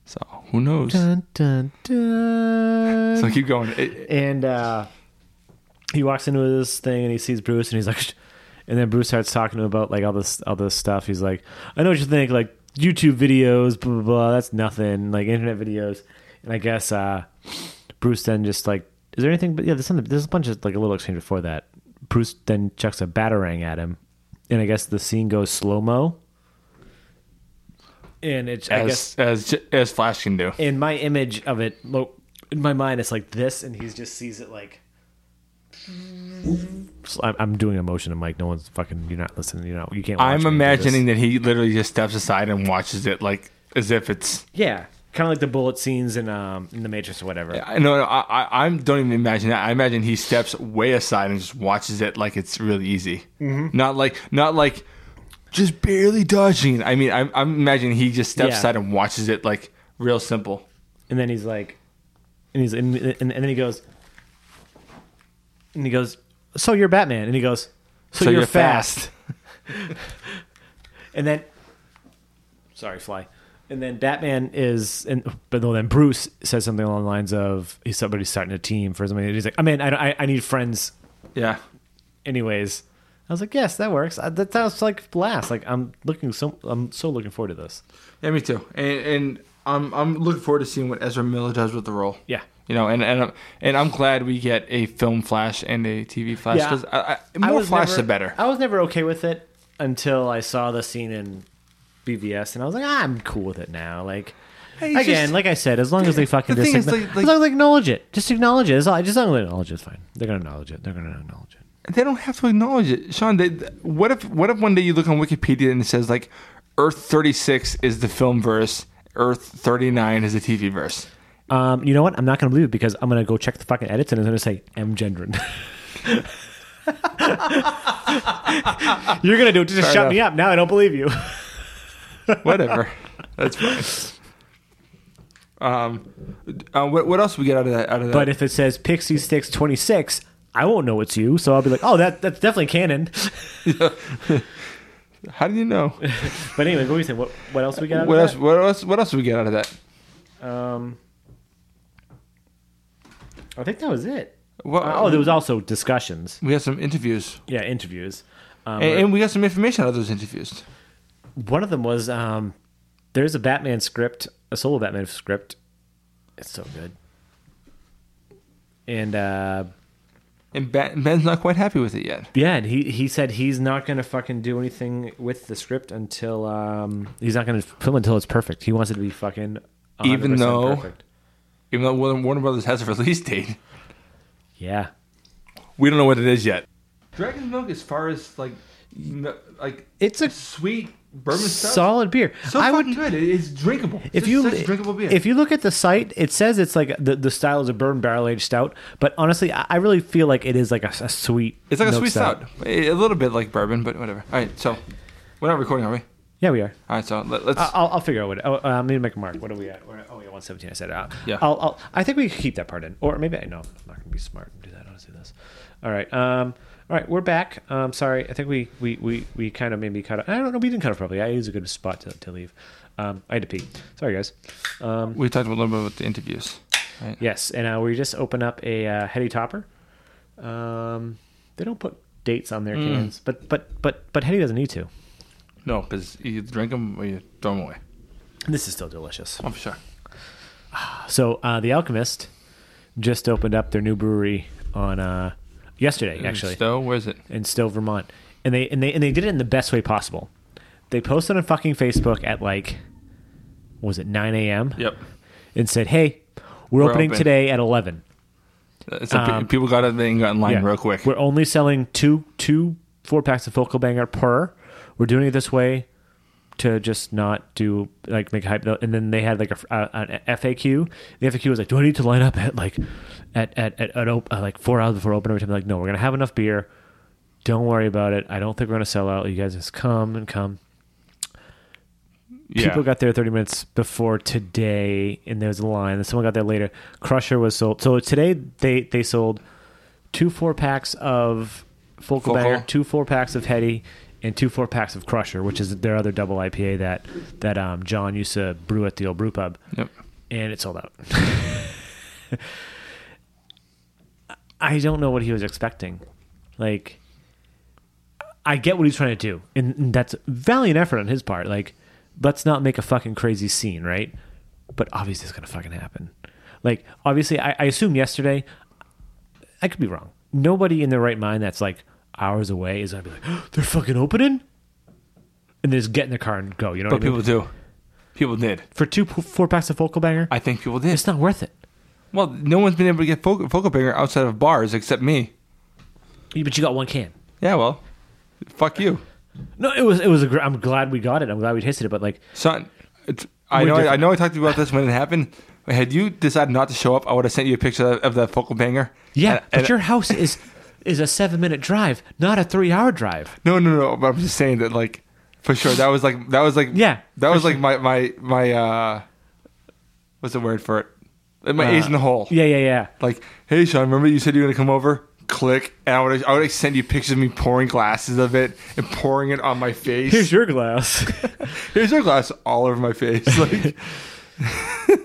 So who knows? dun, dun, dun. So keep going. It- it- and uh, he walks into this thing and he sees Bruce and he's like, "Shh." and then Bruce starts talking to him about like all this all this stuff. He's like, I know what you think, like YouTube videos, blah blah blah. That's nothing, like internet videos. And I guess uh, Bruce then just like, is there anything? But yeah, there's something. There's a bunch of like a little exchange before that. Bruce then chucks a batarang at him, and I guess the scene goes slow mo. And it's I guess as as as Flash can do. in my image of it, lo- in my mind, it's like this, and he just sees it like. So I'm, I'm doing a motion to Mike. No one's fucking. You're not listening. You know. You can't. watch me I'm do this. imagining that he literally just steps aside and watches it like as if it's. Yeah, kind of like the bullet scenes in um in the Matrix or whatever. I no, no, I, I, I don't even imagine that. I imagine he steps way aside and just watches it like it's really easy. Mm-hmm. Not like, not like, just barely dodging. I mean, I'm, I'm imagining he just steps Yeah. aside and watches it like real simple. And then he's like, and he's and, and, and then he goes, and he goes, so you're Batman, and he goes, so, you're, fast. And then, sorry, fly. And then Batman is, and but no, then Bruce says something along the lines of, "He's somebody starting a team for somebody." He's like, "I mean, I, I, I need friends, Yeah, anyways." I was like, "Yes, that works. Uh, That sounds like blast. Like I'm looking so, I'm so looking forward to this." yeah, me too. And, and I'm, I'm looking forward to seeing what Ezra Miller does with the role. Yeah, You know, and and I'm, and I'm glad we get a film flash and a TV flash Yeah. because I, I, I more was flash never- the better. I was never okay with it until I saw the scene in BVS, and I was like, ah, "I'm cool with it now." Like. Hey, it's Again, just- like I said, as long as they fucking The just thing is, acknow- like- like- as long as they acknowledge it, just acknowledge it. That's all. I just don't acknowledge it. It's fine. They're gonna acknowledge it. They're gonna acknowledge it. they don't have to acknowledge it, Sean. They, what if what if one day you look on Wikipedia and it says like Earth thirty six is the film verse, Earth thirty nine is the TV verse. Um, you know what? I'm not gonna believe it because I'm gonna go check the fucking edits and it's gonna say M Gendron. (laughs) You're gonna do it. Just Fair shut enough. me up. Now I don't believe you. (laughs) Whatever, that's fine. Um, uh, what what else we get out of that? Out of that? but if it says Pixie Sticks 26, I won't know it's you. So I'll be like, oh, that that's definitely canon. (laughs) (laughs) How do you know? But anyway, what were you saying? What what else we got? out of What else? that? What else? What else do we get out of that? Um, I think that was it. What, Uh, oh, there was also discussions. we had some interviews, Yeah, interviews. Um, and, and we got some information out of those interviews. one of them was um, there's a Batman script, a solo Batman script. It's so good. And uh, and ben, Ben's not quite happy with it yet. Yeah, and he, he said he's not going to fucking do anything with the script until um he's not going to film until it's perfect. He wants it to be fucking 100% Even though- perfect. Even though Warner Warner Brothers has a release date, yeah, we don't know what it is yet. Dragon's Milk, as far as like, n- like it's a sweet bourbon stuff, solid beer. so I would fucking good. It- It's drinkable. It's if just you such a drinkable beer. if you look at the site, it says it's like the the style is a bourbon barrel aged stout. But honestly, I, I really feel like it is like a, a sweet. it's like a milk sweet stout, a a little bit like bourbon, but whatever. All right, so we're not recording, are we? Yeah, we are. All right, so let, us I- I'll, I'll figure out what. Oh, uh, I need to make a mark. What are we at? We're at- oh, yeah, one seventeen. I said it out. Yeah. I'll, I'll, I think we could keep that part in, or maybe I no. I'm not gonna be smart and do that. I don't see this. All right. Um. All right. We're back. Um. Sorry. I think we we we, we kind of maybe cut. Off. I don't know. We didn't cut off properly. I it was a good spot to, to leave. Um. I had to pee. Sorry, guys. Um. we talked a little bit about the interviews. Right? Yes, and uh, we just open up a uh, heady topper. Um, they don't put dates on their cans, but but but but heady doesn't need to. No, because you drink them or you throw them away. This is still delicious. Oh, for sure. So uh, the Alchemist just opened up their new brewery on uh, yesterday, actually, Stowe, where is it? in Stowe, Vermont, and they and they and they did it in the best way possible. They posted on fucking Facebook at like, what was it nine a.m. Yep. and said, "Hey, we're, We're opening open." today at 11. So pe- people got it. They got in line Um, Yeah. real quick. We're only selling two two four packs of Focal Banger per. We're doing it this way to just not do like make hype. And then they had like a f- uh, an FAQ. The FAQ was like, "Do I need to line up at like at at at, at op- uh, like four hours before open?" Every time, like, no, we're gonna have enough beer. Don't worry about it. I don't think we're gonna sell out. You guys just come and come. yeah. People got there 30 minutes before today, and there was a line. And someone got there later. Crusher was sold. So today they they sold two four packs of Focal, Focal. Banger, two four packs of Hetty, and two four packs of Crusher, which is their other double IPA that that um, John used to brew at the old brew pub, Yep. and it sold out. (laughs) I don't know what he was expecting. Like, I get what he's trying to do, and and that's valiant effort on his part. Like, let's not make a fucking crazy scene, right? But obviously, it's gonna fucking happen. Like, obviously, I, I assume yesterday, I could be wrong. Nobody in their right mind that's like hours away is gonna be like, (gasps) they're fucking opening, and they just get in the car and go. You know, But what I mean? people do. People did. for two p- four packs of Focal Banger, I think people did. it's not worth it. Well, no one's been able to get focal, focal banger outside of bars except me. But you got one can. Yeah, well, fuck you, No, it was it was. A gr- I'm glad we got it. I'm glad we tasted it. But like, son. It's, I We're know. I, different. know. I talked to you about this when it happened. Had you decided not to show up, I would have sent you a picture of, of the focal banger. yeah, And- but and- your house is is a seven minute drive, not a three hour drive. No, no, no. But I'm just saying that, like, for sure, that was like, that was like, Yeah, that for was like my, my, my, uh, what's the word for it? Like, My ace in the hole. Uh, Yeah, yeah, yeah. Like, hey, Sean, remember you said you were gonna come over? Click, and I would, I would send you pictures of me pouring glasses of it and pouring it on my face. Here's your (laughs) glass, Here's your glass all over my (laughs) face. Like,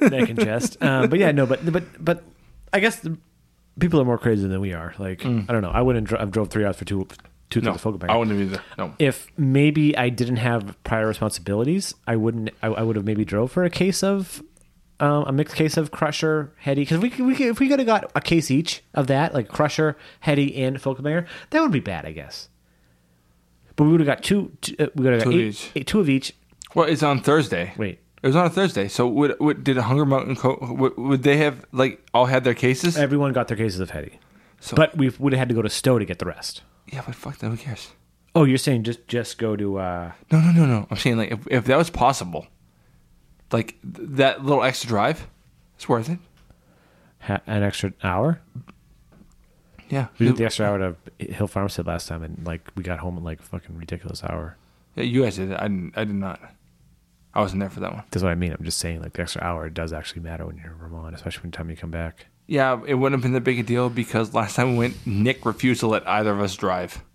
neck and chest. Um, but yeah, no, but but but I guess the, people are more crazy than we are. Like, I don't know. I wouldn't. Dr- I've drove three hours for two two no, Mm. no, Focal Banger. I wouldn't have either. No, if maybe I didn't have prior responsibilities, I wouldn't. I, I would have maybe drove for a case of um, a mixed case of Crusher Heady because we could- we could- if we could have got a case each of that like Crusher Heady and Folkmayer, that would be bad, I guess. But we would have got two. two uh, we would have got Two of eight- each. eight- two of each. well, it's on Thursday. Wait, It was on a Thursday. So, would, would did Hunger Mountain Co- would, would they have like all had their cases? everyone got their cases of Heady, So- but we would have had to go to Stowe to get the rest. yeah, but fuck that. Who cares? Oh, you're saying just just go to uh, No, no, no, no. I'm saying like if, if that was possible, like th- that little extra drive, it's worth it. ha- an extra hour? Yeah, We did the extra hour to Hill Farmstead last time, and like we got home at like a fucking ridiculous hour. Yeah, you guys did. it. I didn't. I did not. I wasn't there for that one. That's what I mean. I'm just saying, like the extra hour does actually matter when you're in Vermont, especially when time you come back. Yeah, it wouldn't have been that big a deal because last time we went, Nick refused to let either of us drive. (laughs)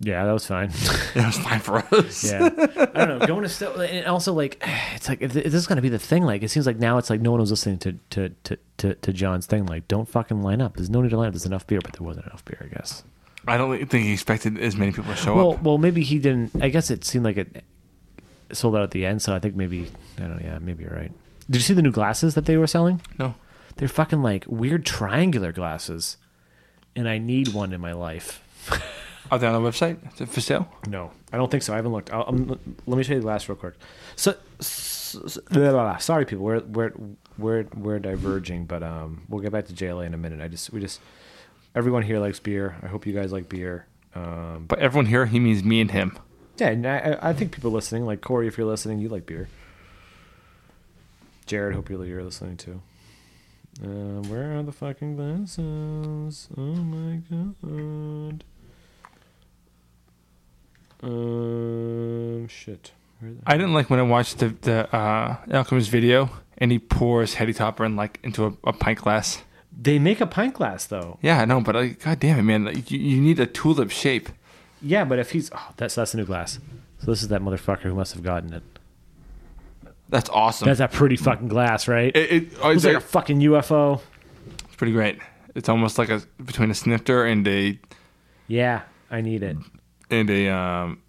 Yeah, that was (laughs) fine. That was fine for us. yeah, I don't know. Going to still, and also like, (sighs) it's like if this is going to be the thing. Like, it seems like now it's like no one was listening to to to to, to John's thing. Like, don't fucking line up. There's no need to line up. There's enough beer, but there wasn't enough beer, I guess. I don't think he expected as many people to show Well, up. well, maybe he didn't. I guess it seemed like it sold out at the end. So I think maybe I don't. know. Yeah, maybe you're right. Did you see the new glasses that they were selling? No. They're fucking like weird triangular glasses. and I need one in my life. Are they on the website Is it for sale? No, I don't think so. I haven't looked. I'll, um, let me show you the last real quick. So, s- s- blah, blah, blah. sorry, people. We're we're we're we're diverging, but um, we'll get back to JLA in a minute. I just we just everyone here likes beer. I hope you guys like beer. Um, But everyone here, he means me and him. yeah, and I, I- I think people listening, like Corey, if you're listening, you like beer. Jared, hope you're you're listening too. Uh, where are the fucking glasses? Oh my god. Um, shit. Where the- I didn't like when I watched the the uh, Alchemist video and he pours Hetty Topper in like into a, a pint glass. They make a pint glass though. Yeah, I know, but like, god damn it, man, like, you, you need a tulip shape. Yeah, but if he's oh, that's that's a new glass. So this is that motherfucker who must have gotten it. That's awesome. That's a pretty fucking glass, right? it, it, oh, Looks it's, like a like- fucking UFO. it's pretty great. It's almost like a between a snifter and a Yeah, I need it. and a um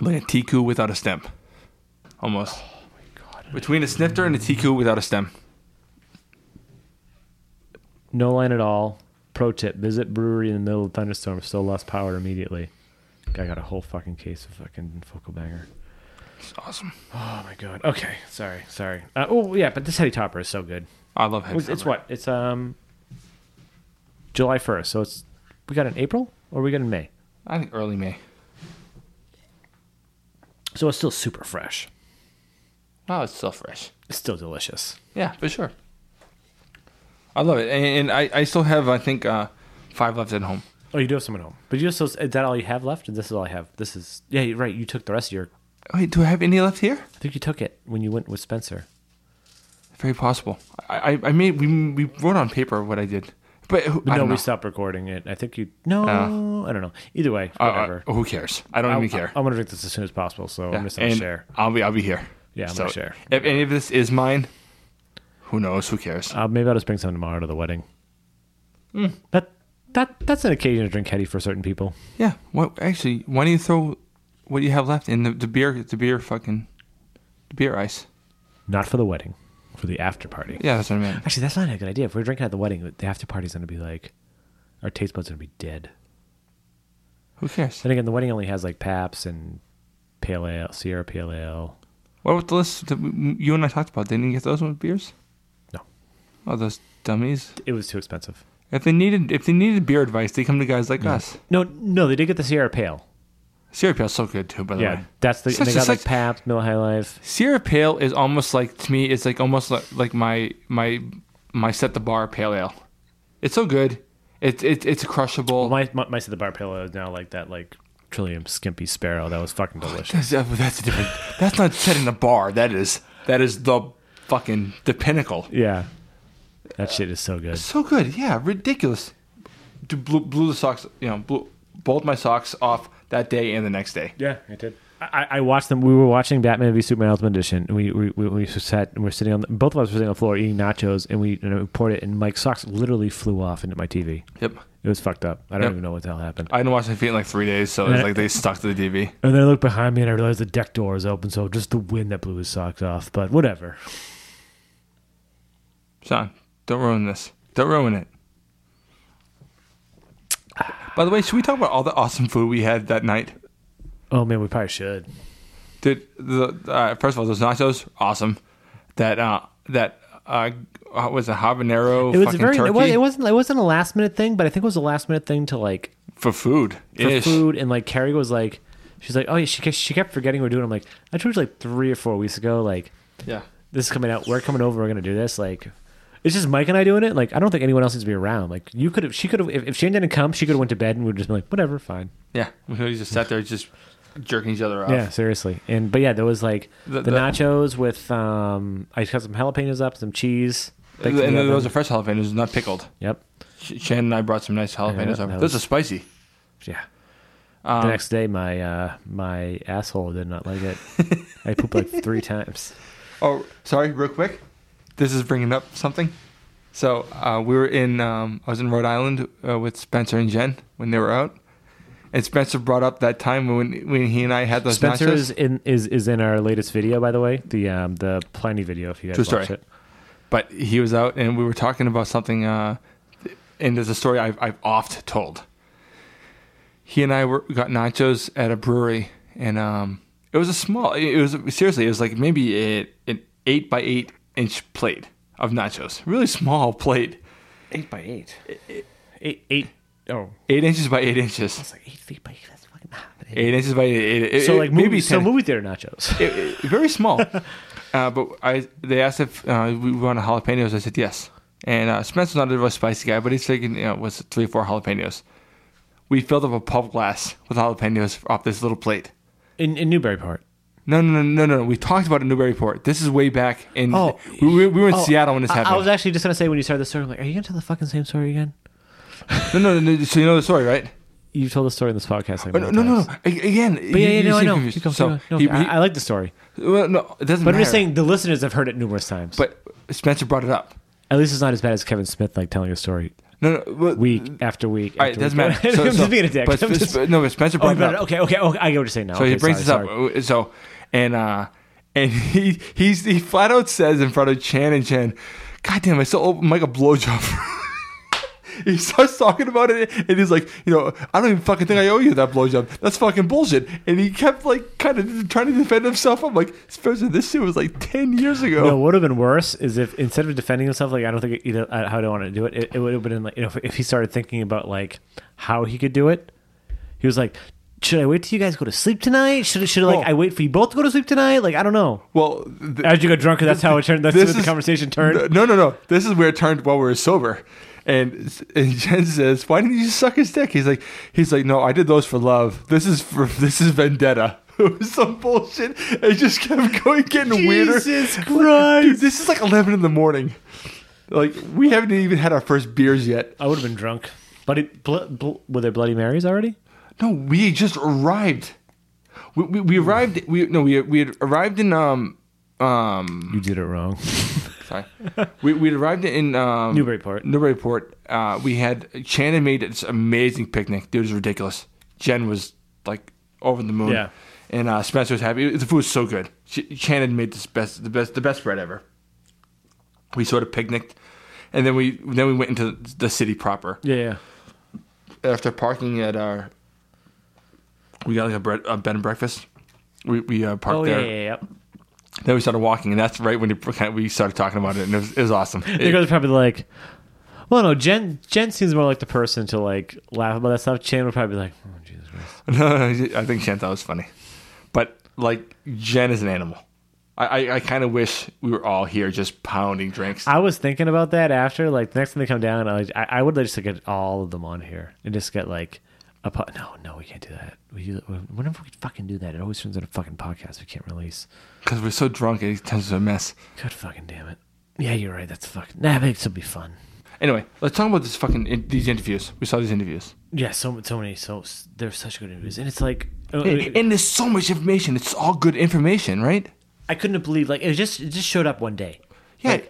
like a tiku without a stem, almost. Between a snifter and a tiku without a stem. No line at all. Pro tip: Visit brewery in the middle of thunderstorm. Still lost power immediately. Guy got a whole fucking case of fucking focal banger. It's awesome. Oh my god. Okay, sorry, sorry. Uh, oh yeah, but this heady topper is so good. I love Hetty It's, it's what? It's um July first. So it's we got it in April or we got it in May. I think early May. So it's still super fresh. Oh, it's still fresh. It's still delicious. Yeah, for sure. I love it, and, and I, I still have I think uh, five left at home. Oh, you do have some at home, but you also is that all you have left? This is all I have. This is yeah, you're right. You took the rest of your. Wait, do I have any left here? I think you took it when you went with Spencer. Very possible. I I, I made we we wrote on paper what I did, but who, But I no, don't we know. stopped recording it. I think you. No, I don't know. Either way, Uh, uh, whatever. who cares? I don't even care. I, want to drink this as soon as possible, so Yeah, I'm just gonna and share. I'll be I'll be here. Yeah, I'm gonna share. If any of this is mine, who knows? Who cares? Uh, maybe I'll just bring some tomorrow to the wedding. Hmm. That that that's an occasion to drink heady for certain people. yeah. What actually? Why don't you throw what you have left in the, the beer? The beer fucking the beer ice. Not for the wedding, for the after party. Yeah, that's what I meant. Actually, that's not a good idea. If we're drinking at the wedding, the after party's gonna be like, our taste buds gonna be dead. Who cares? Then again, the wedding only has like Paps and Pale Ale, Sierra Pale Ale. What about the list that we, you and I talked about? Didn't you get those with beers? No, Oh, those dummies! it was too expensive. If they needed, if they needed beer advice, they come to guys like us. No, no, they did get the Sierra Pale. Sierra Pale's so good too, by the Yeah, way. that's the Oh Such they a- got like such- Paps, Miller High Life. Sierra Pale is almost like to me. It's like almost like, like my my my set the bar pale ale. It's so good. It's it's it's crushable. My my, my set the bar Pale Ale is now like that like Trillium Skimpy Sparrow. That was fucking delicious. that's, uh, (laughs) that's a different. that's not setting the bar. That is that is the fucking the pinnacle. yeah, that shit is so good. So good. Yeah, ridiculous. D- Blew, blew the socks. You know, blew both my socks off that day and the next day. Yeah, I did. I, I watched them. We were watching Batman v Superman Ultimate Edition. We we, we, we sat. and We're sitting on. The, both of us were sitting on the floor eating nachos, and we, and we poured it. And Mike's socks literally flew off into my TV. Yep. It was fucked up. I don't Yep. even know what the hell happened. I hadn't washed my feet in like three days, so it's like they stuck to the DV. And then I looked behind me and I realized the deck door was open, so just the wind that blew his socks off. But whatever. Sean, don't ruin this. Don't ruin it. By the way, should we talk about all the awesome food we had that night? Oh man, we probably should. Did the uh, first of all those nachos awesome? That uh, that uh, uh, was a habanero It was fucking very. turkey It, was, it wasn't. It wasn't a last minute thing, but I think it was a last minute thing to like for food. for Ish. food. And like Carrie was like, she's like, oh yeah, she kept- she kept forgetting we we're doing. it. I'm like, I told you like three or four weeks ago, like Yeah, this is coming out. We're coming over. We're gonna do this. Like, it's just Mike and I doing it. Like, I don't think anyone else needs to be around. Like, you could have. She could have. If, if Shane didn't come, she could have went to bed and we'd just been like, whatever, fine. yeah. We just sat there just jerking each other off. Yeah, seriously. And but yeah, there was like the, Oh. The- the- nachos with um, I cut some jalapenos up, some cheese. baked in And the then oven. those are fresh jalapenos, not pickled. Yep. Sh- Shannon and I brought some nice jalapenos. that over. was- Those are spicy. Yeah. the Um, next day, my uh, my asshole did not like (laughs) it. I pooped like three times. Oh, sorry, real quick. This is bringing up something. So uh, we were in, um, I was in Rhode Island uh, with Spencer and Jen when they were out, and Spencer brought up that time when when he and I had those Spencer nachos. is in is, is in our latest video, by the way, the um, the Pliny video. If you guys True watch story. it, but he was out, and we were talking about something. Uh, and there's a story I've, I've oft told. He and I were, got nachos at a brewery, and um, it was a small. It was seriously, it was like maybe a, an eight by eight inch plate of nachos, really small plate, Eight by eight. Eight eight. Oh, eight inches by eight inches, it's like eight feet by eight. That's fucking. eight inches by eight. eight So like movie, maybe maybe so 10. movie theater nachos. It- it- (laughs) very small. uh, but I, they asked if uh, we wanted jalapenos. I said yes. And uh, Spencer's not a real spicy guy, but he's taking you know, was it, three or four jalapenos. We filled up a pub glass with jalapenos off this little plate. in in Newbury Park. No, no, no, no, no. We talked about it in Newburyport. This is way back in. Oh. we, we, we were in Oh, Seattle when this I- happened. I was actually just gonna say when you started the story, I'm like, are you gonna tell the fucking same story again? no, no, no, no. So you know the story, right? You've told the story in this podcast. Like Oh, No, no, many no. no. times. A- Again, But yeah, yeah, no, I know. Confused. Keep going, so keep going. No, he, he- I, I like the story, well, no, it doesn't but matter. I'm just saying the listeners have heard it numerous times. But Spencer brought it up. at least it's not as bad as Kevin Smith like telling a story No, no. Well, week after week. Mm. All right, after doesn't week. (laughs) matter. I'm So- just so- being a dick. But, I'm Sp- just- no, but Spencer Oh, brought you it brought it up. up. okay, okay, okay. I get what you're saying now. So he brings this up. So and uh and (laughs) he he's he flat out says in front of Chan and Chan, God damn, I still owe Mike a blowjob. (laughs) he starts talking about it and he's like, you know, I don't even fucking think I owe you that blowjob. That's fucking bullshit. And he kept like kind of trying to defend himself. I'm like, Spencer, this shit was like ten years ago. No, what would have been worse is if instead of defending himself, like I don't think either I- how do I want to do it. It, it would have been like you know, if, if he started thinking about like how he could do it, he was like, "Should I wait till you guys go to sleep tonight? Should should like Well- I wait for you both to go to sleep tonight? Like I don't know." Well, th- Oh. As you got drunker, that's how it turned. That's This what the is- conversation turned. No, no, no. This is where it turned while we were sober. And, and Jen says, "Why didn't you suck his dick?" He's like, "He's like, no, I did those for love. This is for this is vendetta." (laughs) It was some bullshit. It just kept going, getting weirder. Jesus Dude, Christ! this is like eleven in the morning. Like we haven't even had our first beers yet. I would have been drunk. Bloody bl- bl- were there Bloody Marys already? No, we just arrived. We, we, we arrived. We no, we we had arrived in um um. You did it wrong. Sorry, (laughs) we we arrived in um, Newburyport. Newburyport. Uh, we had Shannon made this amazing picnic. Dude, it was ridiculous. Jen was like over the moon. Yeah. and uh, Spencer was happy. The food was so good. Sh- Shannon made this best, the best, the best bread ever. We sort of picnicked, and then we then we went into the city proper (laughs) Yeah, yeah. after parking at our. We got like a, bread, a bed and breakfast. We we uh, parked Oh yeah, there. yeah, yeah. Then we started walking, and that's right when we- we started talking about it, and it was, it (laughs) was awesome. You It- guys are probably like, well, no, Jen. Jen seems more like the person to like laugh about that stuff. Chan would probably be like, oh Jesus Christ. (laughs) No, I think Chantal was funny, but like Jen is an animal. I I, I kind of wish we were all here just pounding drinks. I was thinking about that after, like, the next time they come down, I, I, I would like just get all of them on here and just get like a po- no, no, we can't do that. We whenever we fucking do that, it always turns into a fucking podcast we can't release. because we're so drunk it tends to a mess. God fucking damn it. Yeah, you're right. That's fucking. Nah, but it'll be fun. Anyway, let's talk about this fucking in, these interviews. We saw these interviews, Yeah, so so many. So s- they're such good interviews, and it's like. uh, (laughs) and, and there's so much information. It's all good information, right? I couldn't believe like it just it just showed up one day. Yeah,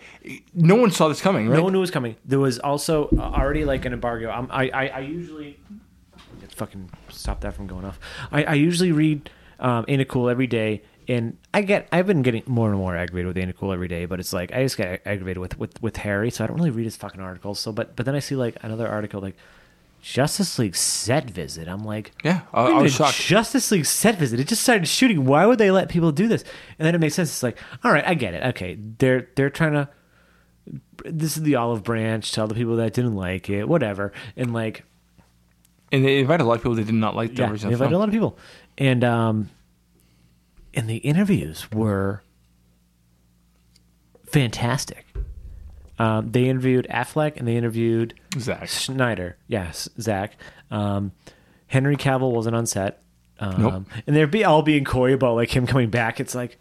no one saw this coming, right? No one knew it was coming. There was also uh, already like an embargo. Um, I, I, I usually fucking stop that from going off. I, I usually read um, Cool every day, and I get I've been getting more and more aggravated with Cool every day. But it's like I just get aggravated with with with Harry, so I don't really read his fucking articles. So, but but then I see like another article like Justice League set visit. I'm like, Yeah, I- wait a I was minute, shocked. Justice League set visit. It just started shooting. Why would they let people do this? And then it makes sense. It's like, all right, I get it. Okay, they're they're trying to this is the olive branch to all the people that didn't like it, whatever. And like, and they invited a lot of people that did not like the yeah, they original invited a film. lot of people, and um, and the interviews were fantastic. Um, they interviewed Affleck and they interviewed Zach. Schneider. Yes, Zach. Um, Henry Cavill wasn't on set. Um, Nope. And they're be all being coy about like him coming back. It's like,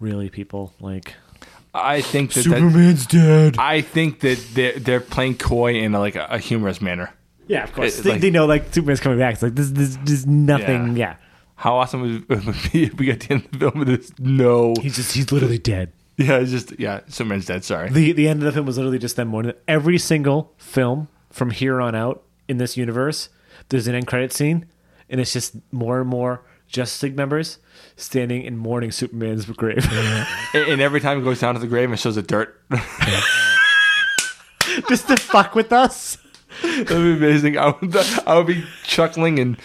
really, people like I think that, that Superman's dead. I think that they're they're playing coy in like a, a humorous manner. Yeah, of course. It- they, like- they know like Superman's coming back. It's like this, this, this nothing. Yeah. Yeah. How awesome would it would it be if we got to the end of the film with this? No. he's just he's literally dead. Yeah, it's just yeah, Superman's dead. Sorry. The the end of the film was literally just them mourning. Every single film from here on out in this universe, there's an end credit scene, and it's just more and more Justice League members standing and mourning Superman's (laughs) grave. and, and every time it (laughs) goes down to the grave, it shows the dirt. just to fuck with us. That'd be amazing. I would, I would be chuckling and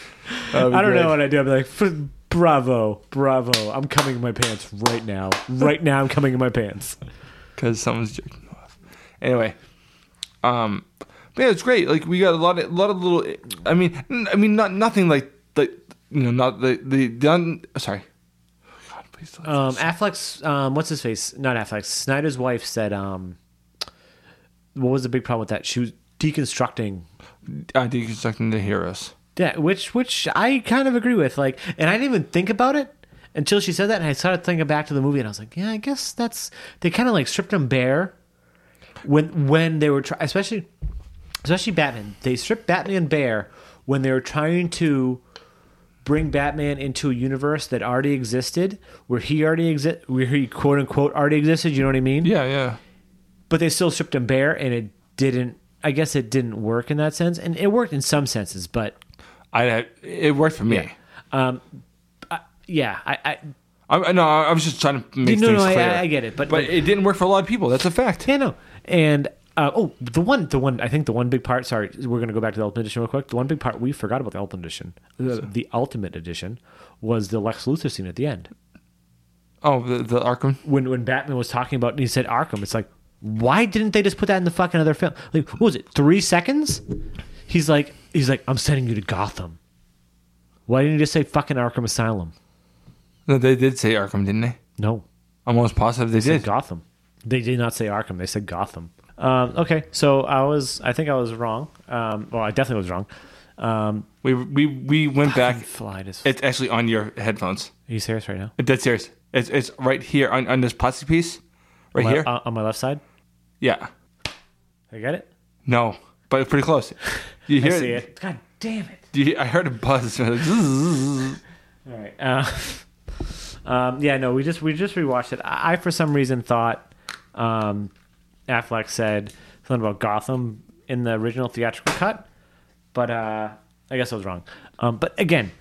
uh, I I don't know what I do. I'd be like, "F- bravo, bravo. I'm coming in my pants right now. Right now, I'm coming in my pants. because someone's jerking off. Anyway, um, but yeah, it's great. Like we got a lot, of, lot of little. I mean, n- I mean, not nothing like like you know, not the the done. Sorry. Oh, God, please don't. Um, Affleck's, um, what's his face? Not Affleck. Snyder's wife said, um, what was the big problem with that? She was deconstructing I think you're expecting to hear us. Yeah, which which I kind of agree with. Like, and I didn't even think about it until she said that, and I started thinking back to the movie, and I was like, yeah, I guess that's they kind of like stripped him bare when when they were try, especially especially Batman. They stripped Batman bare when they were trying to bring Batman into a universe that already existed, where he already exist, where he quote unquote already existed. You know what I mean? Yeah, yeah. but they still stripped him bare, and it didn't. I guess it didn't work in that sense, and it worked in some senses, but. I it worked for me. Yeah, I, I I, I no, I I was just trying to make no, things no, I- clear. I- I get it, but- but but- it didn't work for a lot of people. That's a fact. yeah, no, and uh, oh, the one, the one, I think the one big part. Sorry, we're gonna go back to the Ultimate Edition real quick. The one big part we forgot about the Ultimate Edition, the, the Ultimate Edition, was the Lex Luthor scene at the end Oh, the, the Arkham. when when Batman was talking about and he said Arkham. It's like, why didn't they just put that in the fucking other film? Like, what was it? Three seconds? He's like, he's like, I'm sending you to Gotham. Why didn't you just say fucking Arkham Asylum? No, they did say Arkham, didn't they? No, I'm almost positive they said did. Gotham. They did not say Arkham. They said Gotham. Um, okay, so I was. I think I was wrong. Um, well, I definitely was wrong. Um, We we we went back. fly as. Are It's actually on your headphones. you serious right now? Dead serious. It's it's right here on, on this plastic piece, right My- here. uh, on my left side. yeah. I got it. No, but it's pretty close. (laughs) You I hear see it. God damn it! Do you- I heard a buzz. (laughs) All right. Uh, (laughs) um, yeah, no, we just we just rewatched it. I, I for some reason thought um, Affleck said something about Gotham in the original theatrical cut, but uh, I guess I was wrong. Um, but again,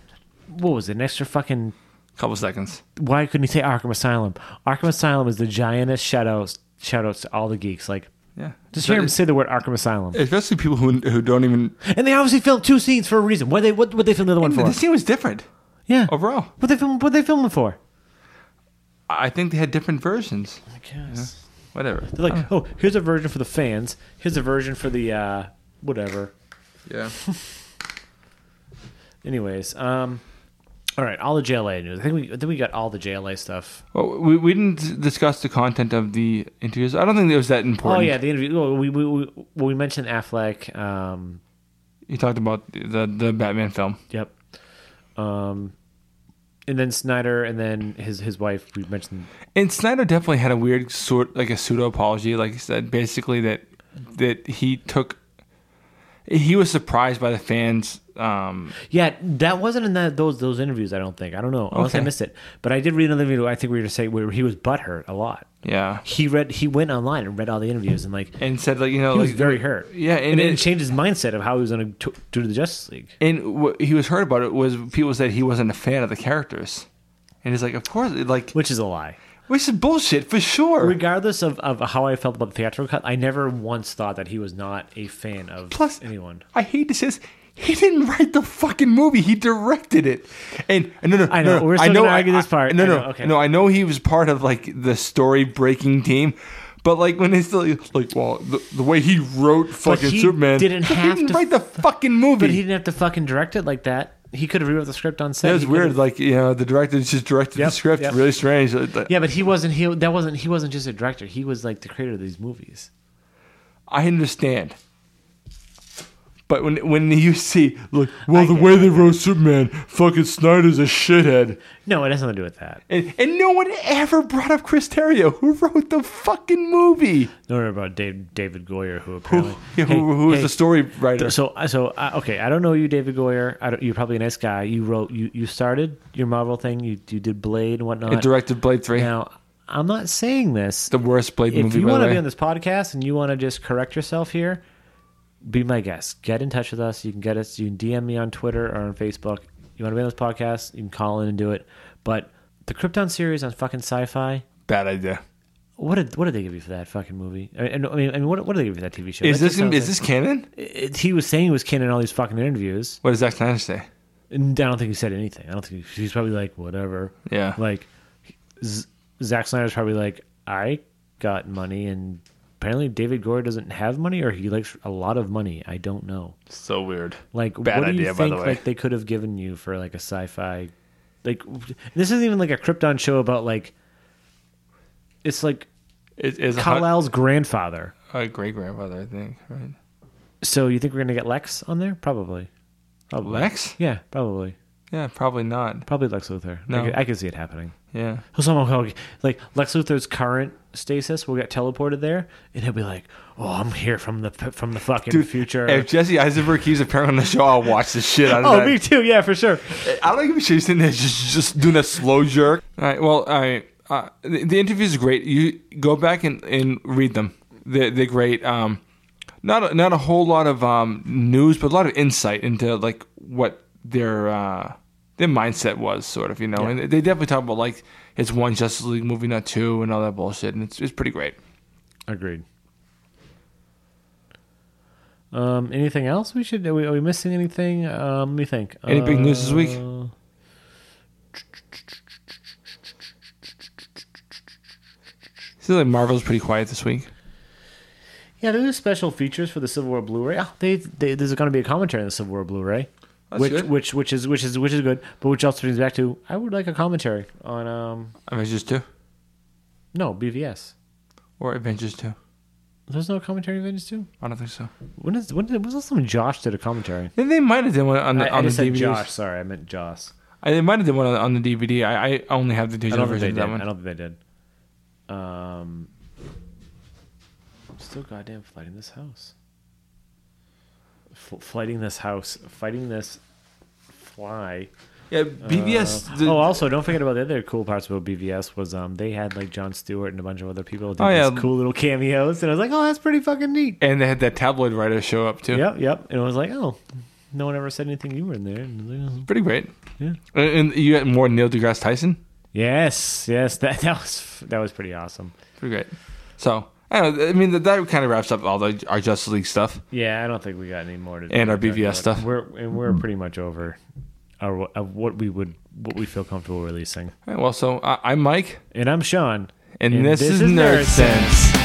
what was it? An extra fucking Couple seconds. why couldn't he say Arkham Asylum? Arkham Asylum is the giantest shadows shoutouts to all the geeks. Like Yeah. just hear him It's- say the word Arkham Asylum. Especially people who who don't (laughs) even. And they obviously filmed two scenes for a reason. What they what what they film the other one for? The scene was different Yeah. overall. What they film what they filming for? I think they had different versions. I guess. Whatever. They're like, oh, here's a version for the fans. Here's a version for the uh, whatever. Yeah. Anyways, um, all right, all the JLA news. I think we I think we got all the JLA stuff. Well, we, we didn't discuss the content of the interviews. I don't think it was that Oh important. yeah, the interview. Well, we we we, well, we mentioned Affleck. Um, You talked about the the Batman film. yep. Um, and then Snyder, and then his his wife. We mentioned And Snyder definitely had a weird sort, like a pseudo apology, like he said, basically that that he took, he was surprised by the fans. Um, Yeah, that wasn't in that those those interviews. I don't think. I don't know unless I Okay. missed it. But I did read another video. I think we were to say where he was butthurt a lot. yeah, He read. He went online and read all the interviews and like and said like you know he like was very hurt. Yeah, and, and it, it- changed his mindset of how he was going to do to the Justice League. and what he was hurt about it was people said he wasn't a fan of the characters, and he's like, of course, like Which is a lie. which is bullshit for sure. Regardless of, of how I felt about the theatrical cut, I never once thought that he was not a fan of Plus- anyone. I hate to say this. He didn't write the fucking movie. He directed it. And no, no, I know, no, we're I still know, gonna argue I- this part. I- No, I no, know, okay. no. I know he was part of like the story breaking team, but like when it's like, like well, the, the way he wrote fucking he Superman didn't have he didn't to- write the fucking movie. But he didn't have to fucking direct it like that. He could have rewrote the script on set. that was He could've- weird. Like you know, the director just directed Yep, the script. yep. Really strange. Like, the- Yeah, but he wasn't. He that wasn't. He wasn't just a director. He was like the creator of these movies. I understand. But when when you see look, well, the get way they wrote Superman, fucking Snyder's a shithead. No, it has nothing to do with that. And, and no one ever brought up Chris Terrio, who wrote the fucking movie. Don't worry about Dave, David Goyer, who apparently Yeah, Hey, who, who was hey, the story writer? So, so uh, okay, I don't know you, David Goyer. I don't, you're probably a nice guy. You wrote, you you started your Marvel thing. You you did Blade and whatnot. and directed Blade 3. now, I'm not saying this. the worst Blade if movie, you by want the to way. be on this podcast and you want to just correct yourself here, be my guest. Get in touch with us. You can get us. You can DM me on Twitter or on Facebook. You want to be on this podcast? You can call in and do it. But the Krypton series on fucking Sci-Fi Bad idea. What did what did they give you for that fucking movie? I mean, I mean, I mean what, what did they give you for that TV show? Is That this just gonna, sounds is like- this canon? It- he was saying he was canon in all these fucking interviews. What does Zack Snyder say? And I don't think he said anything. I don't think he, he's probably like whatever. Yeah. Like Z- Zack Snyder's probably like I got money and apparently David Gore doesn't have money or he likes a lot of money. I don't know. So weird. Like Bad what do you idea, by the think, way. Like they could have given you for like a sci-fi, like this isn't even like a Krypton show about like. It's like It is Kal a, El's grandfather. great grandfather, I think. Right. So you think we're gonna get Lex on there? Probably. Probably. Lex? Yeah, probably. Yeah, probably not. Probably Lex Luthor. No. I, could, I could see it happening. Yeah. Somehow, like Lex Luthor's current stasis will get teleported there, and he'll be like, "Oh, I'm here from the from the fucking future." If Jesse Eisenberg keeps appearing on the show, I'll watch the shit out of oh, that. me too. Yeah, for sure. I don't give a shit. He's sitting there just, just doing a slow jerk. All right. Well, all right. Uh, the, the interviews are great. You go back and, and read them. They're, they're great. Um, not a, not a whole lot of um, news, but a lot of insight into like what their uh, their mindset was, sort of. You know, and they definitely talk about like it's one Justice League movie, not two, and all that bullshit. And it's it's pretty great. Agreed. Um, anything else we should? Are we, are we missing anything? Um, let me think. Any big news this week? Uh, Seems like Marvel's pretty quiet this week. Yeah, there are special features for the Civil War Blu-ray. Oh, they, they, there's going to be a commentary on the Civil War Blu-ray, That's which good. which which is which is which is good, but which also brings back to I would like a commentary on um Avengers two no BVS. or Avengers two. There's no commentary on Vengeance two. I don't think so. When is when did, was last time Josh did a commentary? Then they might have done one on the I, I on just the said DVDs. Josh. Sorry, I meant Joss. I, they might have done one on, on the DVD. I, I only have the I digital don't think version they of did. that I one. don't think they did. Um, I'm still goddamn fighting this house. F- fighting this house. Fighting this fly. Yeah, BBS. oh, also, don't forget about the other cool parts about BVS was um they had like John Stewart and a bunch of other people do Oh, yeah. these cool little cameos, and I was like, oh, that's pretty fucking neat. and they had that tabloid writer show up too. Yep, yep. And I was like, oh, no one ever said anything. You were in there. And I was like, oh. Pretty great. Yeah. And, and you got more Neil deGrasse Tyson. Yes, yes. That (laughs) that was that was pretty awesome. Pretty great. So I don't know. I mean, that, that kind of wraps up all the our Justice League stuff. Yeah, I don't think we got any more to And our to talk BVS about. stuff. Hmm. We're and we're pretty much over our of what we would what we feel comfortable releasing. All right, well, so I, I'm Mike, And I'm Sean. and, this, is Nerd Sense.